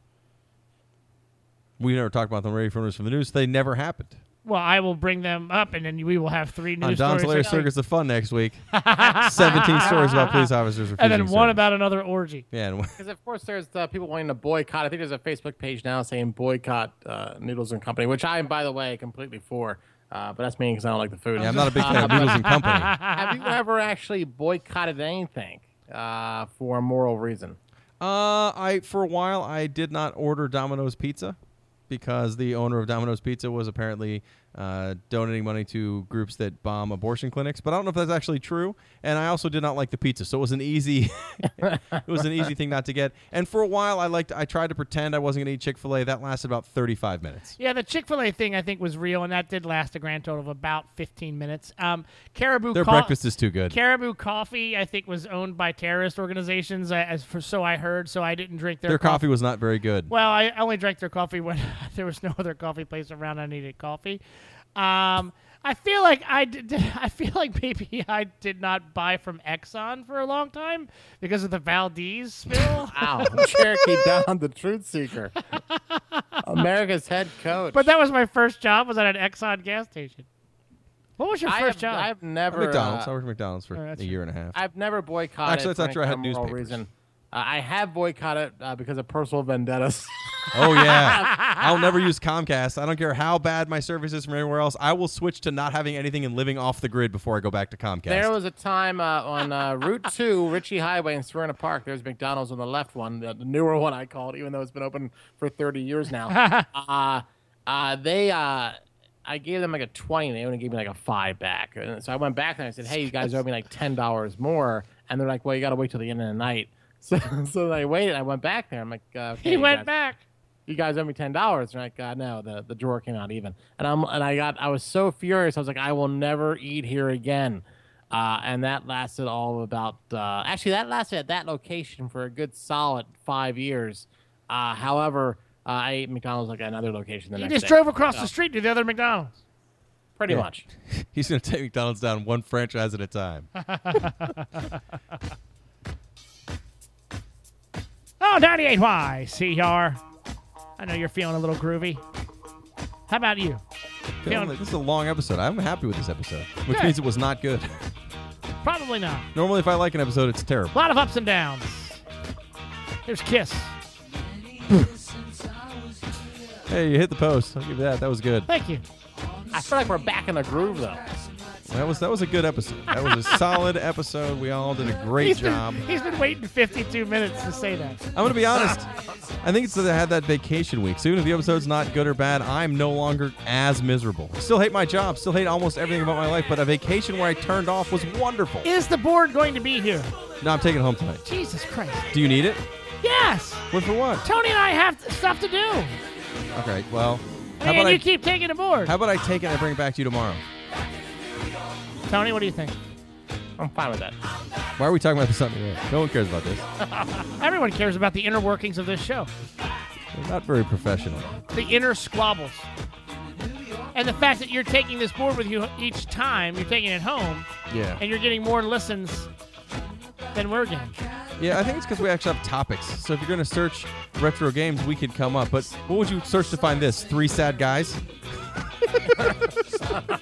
D: we never talked about them radio from the news. They never happened.
C: Well, I will bring them up, and then we will have three news
D: on Don's
C: stories
D: Hilarious
C: next week,
D: Circus of Fun next week. 17 stories about police officers refusing
C: and then one
D: service.
C: about another orgy.
D: Yeah, and
B: Because of course there's the people wanting to boycott. I think there's a Facebook page now saying boycott uh, Noodles and Company, which I am, by the way, completely for. Uh, but that's me because I don't like the food. Uh,
D: yeah, I'm not a big fan of Noodles and Company.
B: Have you ever actually boycotted anything uh, for a moral reason?
D: Uh, I for a while I did not order Domino's pizza because the owner of Domino's Pizza was apparently uh, donating money to groups that bomb abortion clinics, but I don't know if that's actually true. And I also did not like the pizza, so it was an easy it was an easy thing not to get. And for a while, I liked I tried to pretend I wasn't going to eat Chick Fil A. That lasted about 35 minutes.
C: Yeah, the Chick Fil A thing I think was real, and that did last a grand total of about 15 minutes. Um, Caribou.
D: Their
C: Co-
D: breakfast is too good.
C: Caribou Coffee, I think, was owned by terrorist organizations, uh, as for so I heard. So I didn't drink their,
D: Their coffee was not very good.
C: Well, I only drank their coffee when there was no other coffee place around. I needed coffee. Um, I feel like I did, I feel like maybe I did not buy from Exxon for a long time because of the Valdez spill.
B: Wow, Cherokee Don, the truth seeker, America's head coach.
C: but that was my first job. Was at an Exxon gas station. What was your
B: I
C: first
B: have,
C: job?
B: I've never
D: McDonald's.
B: uh,
D: I worked at McDonald's for
C: Oh, that's
D: a year and a half.
B: I've never boycotted.
D: Actually, that's not
B: for
D: true. I
B: any
D: had
B: kind of moral
D: newspapers.
B: reason. Uh, I have boycotted uh, because of personal vendettas.
D: Oh yeah. I'll never use Comcast. I don't care how bad my service is from everywhere else. I will switch to not having anything and living off the grid before I go back to Comcast.
B: There was a time uh, on uh, Route 2, Ritchie Highway in Serena Park. There's McDonald's on the left one, the the newer one I called, even though it's been open for 30 years now. uh, uh, they, uh, I gave them like a 20, and they only gave me like a five back. And so I went back and I said, hey, you guys owe me like $10 more. And they're like, well, you got to wait till the end of the night. So, so they waited. I went back there. I'm like, uh, okay,
C: He
B: you
C: went
B: guys-
C: back.
B: you guys owe me ten dollars. And I God no, the, the drawer came out even. And I'm and I got I was so furious. I was like, I will never eat here again. Uh, and that lasted all of about uh, actually that lasted at that location for a good solid five years. Uh, however, uh, I ate McDonald's like another location the
C: He
B: next
C: just
B: day. Oh.
C: drove across the street to the other McDonald's.
B: pretty much.
D: He's gonna take McDonald's down one franchise at a time.
C: Oh, 98Y, CR. I know you're feeling a little groovy. How about you?
D: Feeling like this is a long episode. I'm happy with this episode, which means it was not good.
C: Probably not.
D: Normally, if I like an episode, it's terrible.
C: A lot of ups and downs. Here's Kiss.
D: Hey, you hit the post. I'll give you that. That was good.
C: Thank you.
B: I feel like we're back in the groove though.
D: That was that was a good episode. That was a solid episode. We all did a great
C: He's been-
D: job.
C: he's been waiting 52 minutes to say that.
D: I'm gonna be honest. I think it's that I had that vacation week. So even if the episode's not good or bad, I'm no longer as miserable. Still hate my job. Still hate almost everything about my life. But a vacation where I turned off was wonderful.
C: Is the board going to be here?
D: No, I'm taking it home tonight.
C: Jesus Christ.
D: Do you need it?
C: Yes!
D: What for what?
C: Tony and I have stuff to do.
D: Okay. Well, how
C: And
D: about
C: you
D: I,
C: keep taking the board.
D: how about I take it and I bring it back to you tomorrow?
C: Tony, what do you think?
B: I'm fine with that.
D: Why are we talking about this on the air? No one cares about this.
C: Everyone cares about the inner workings of this show,
D: They're not very professional.
C: the inner squabbles. And the fact that you're taking this board with you each time, you're taking it home,
D: Yeah.
C: and you're getting more listens than we're getting.
D: Yeah, I think it's because we actually have topics. So if you're gonna search retro games, we could come up. But what would you search to find this? Three sad guys.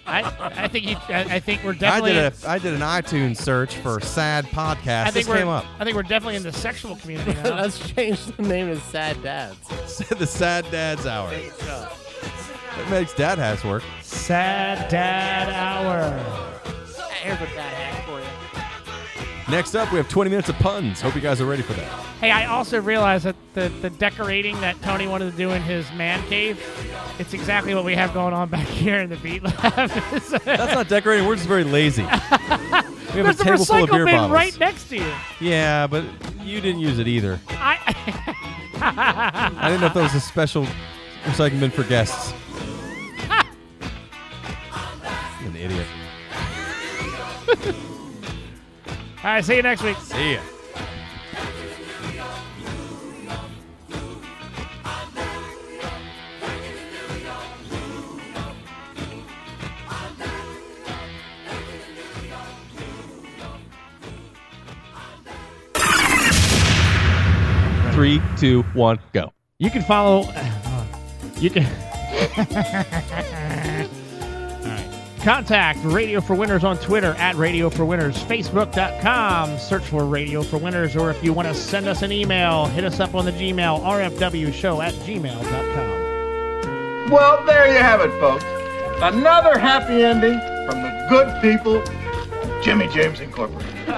C: I, I think you, I, I think we're
D: I
C: definitely.
D: did a I did an iTunes search for sad podcast.
C: I think
D: this
C: we're.
D: came up.
C: I think we're definitely in the sexual community now.
B: Let's change the name to Sad Dads.
D: the sad dad's hour. It makes dad has work.
C: Sad Dad Hour.
B: Here's what that hack for you.
D: Next up, we have 20 minutes of puns. Hope you guys are ready for that.
C: Hey, I also realized that the, the decorating that Tony wanted to do in his man cave, it's exactly what we have going on back here in the Beat Lab. It's-
D: That's not decorating. We're just very lazy. We have
C: There's
D: a
C: a,
D: table full of beer
C: recycle bin
D: bottles.
C: right next to you.
D: yeah, but you didn't use it either.
C: I,
D: I didn't know if that was a special recycling bin for guests. An idiot.
C: all right, see you next week.
D: See ya. Three, two, one, go.
C: You can follow. You can. All right. Contact Radio for Winners on Twitter at Radio for Winners, Facebook.com. Search for Radio for Winners, or if you want to send us an email, hit us up on the Gmail, rfwshow at gmail.com.
E: Well, there you have it, folks. Another happy ending from the good people, Jimmy James Incorporated.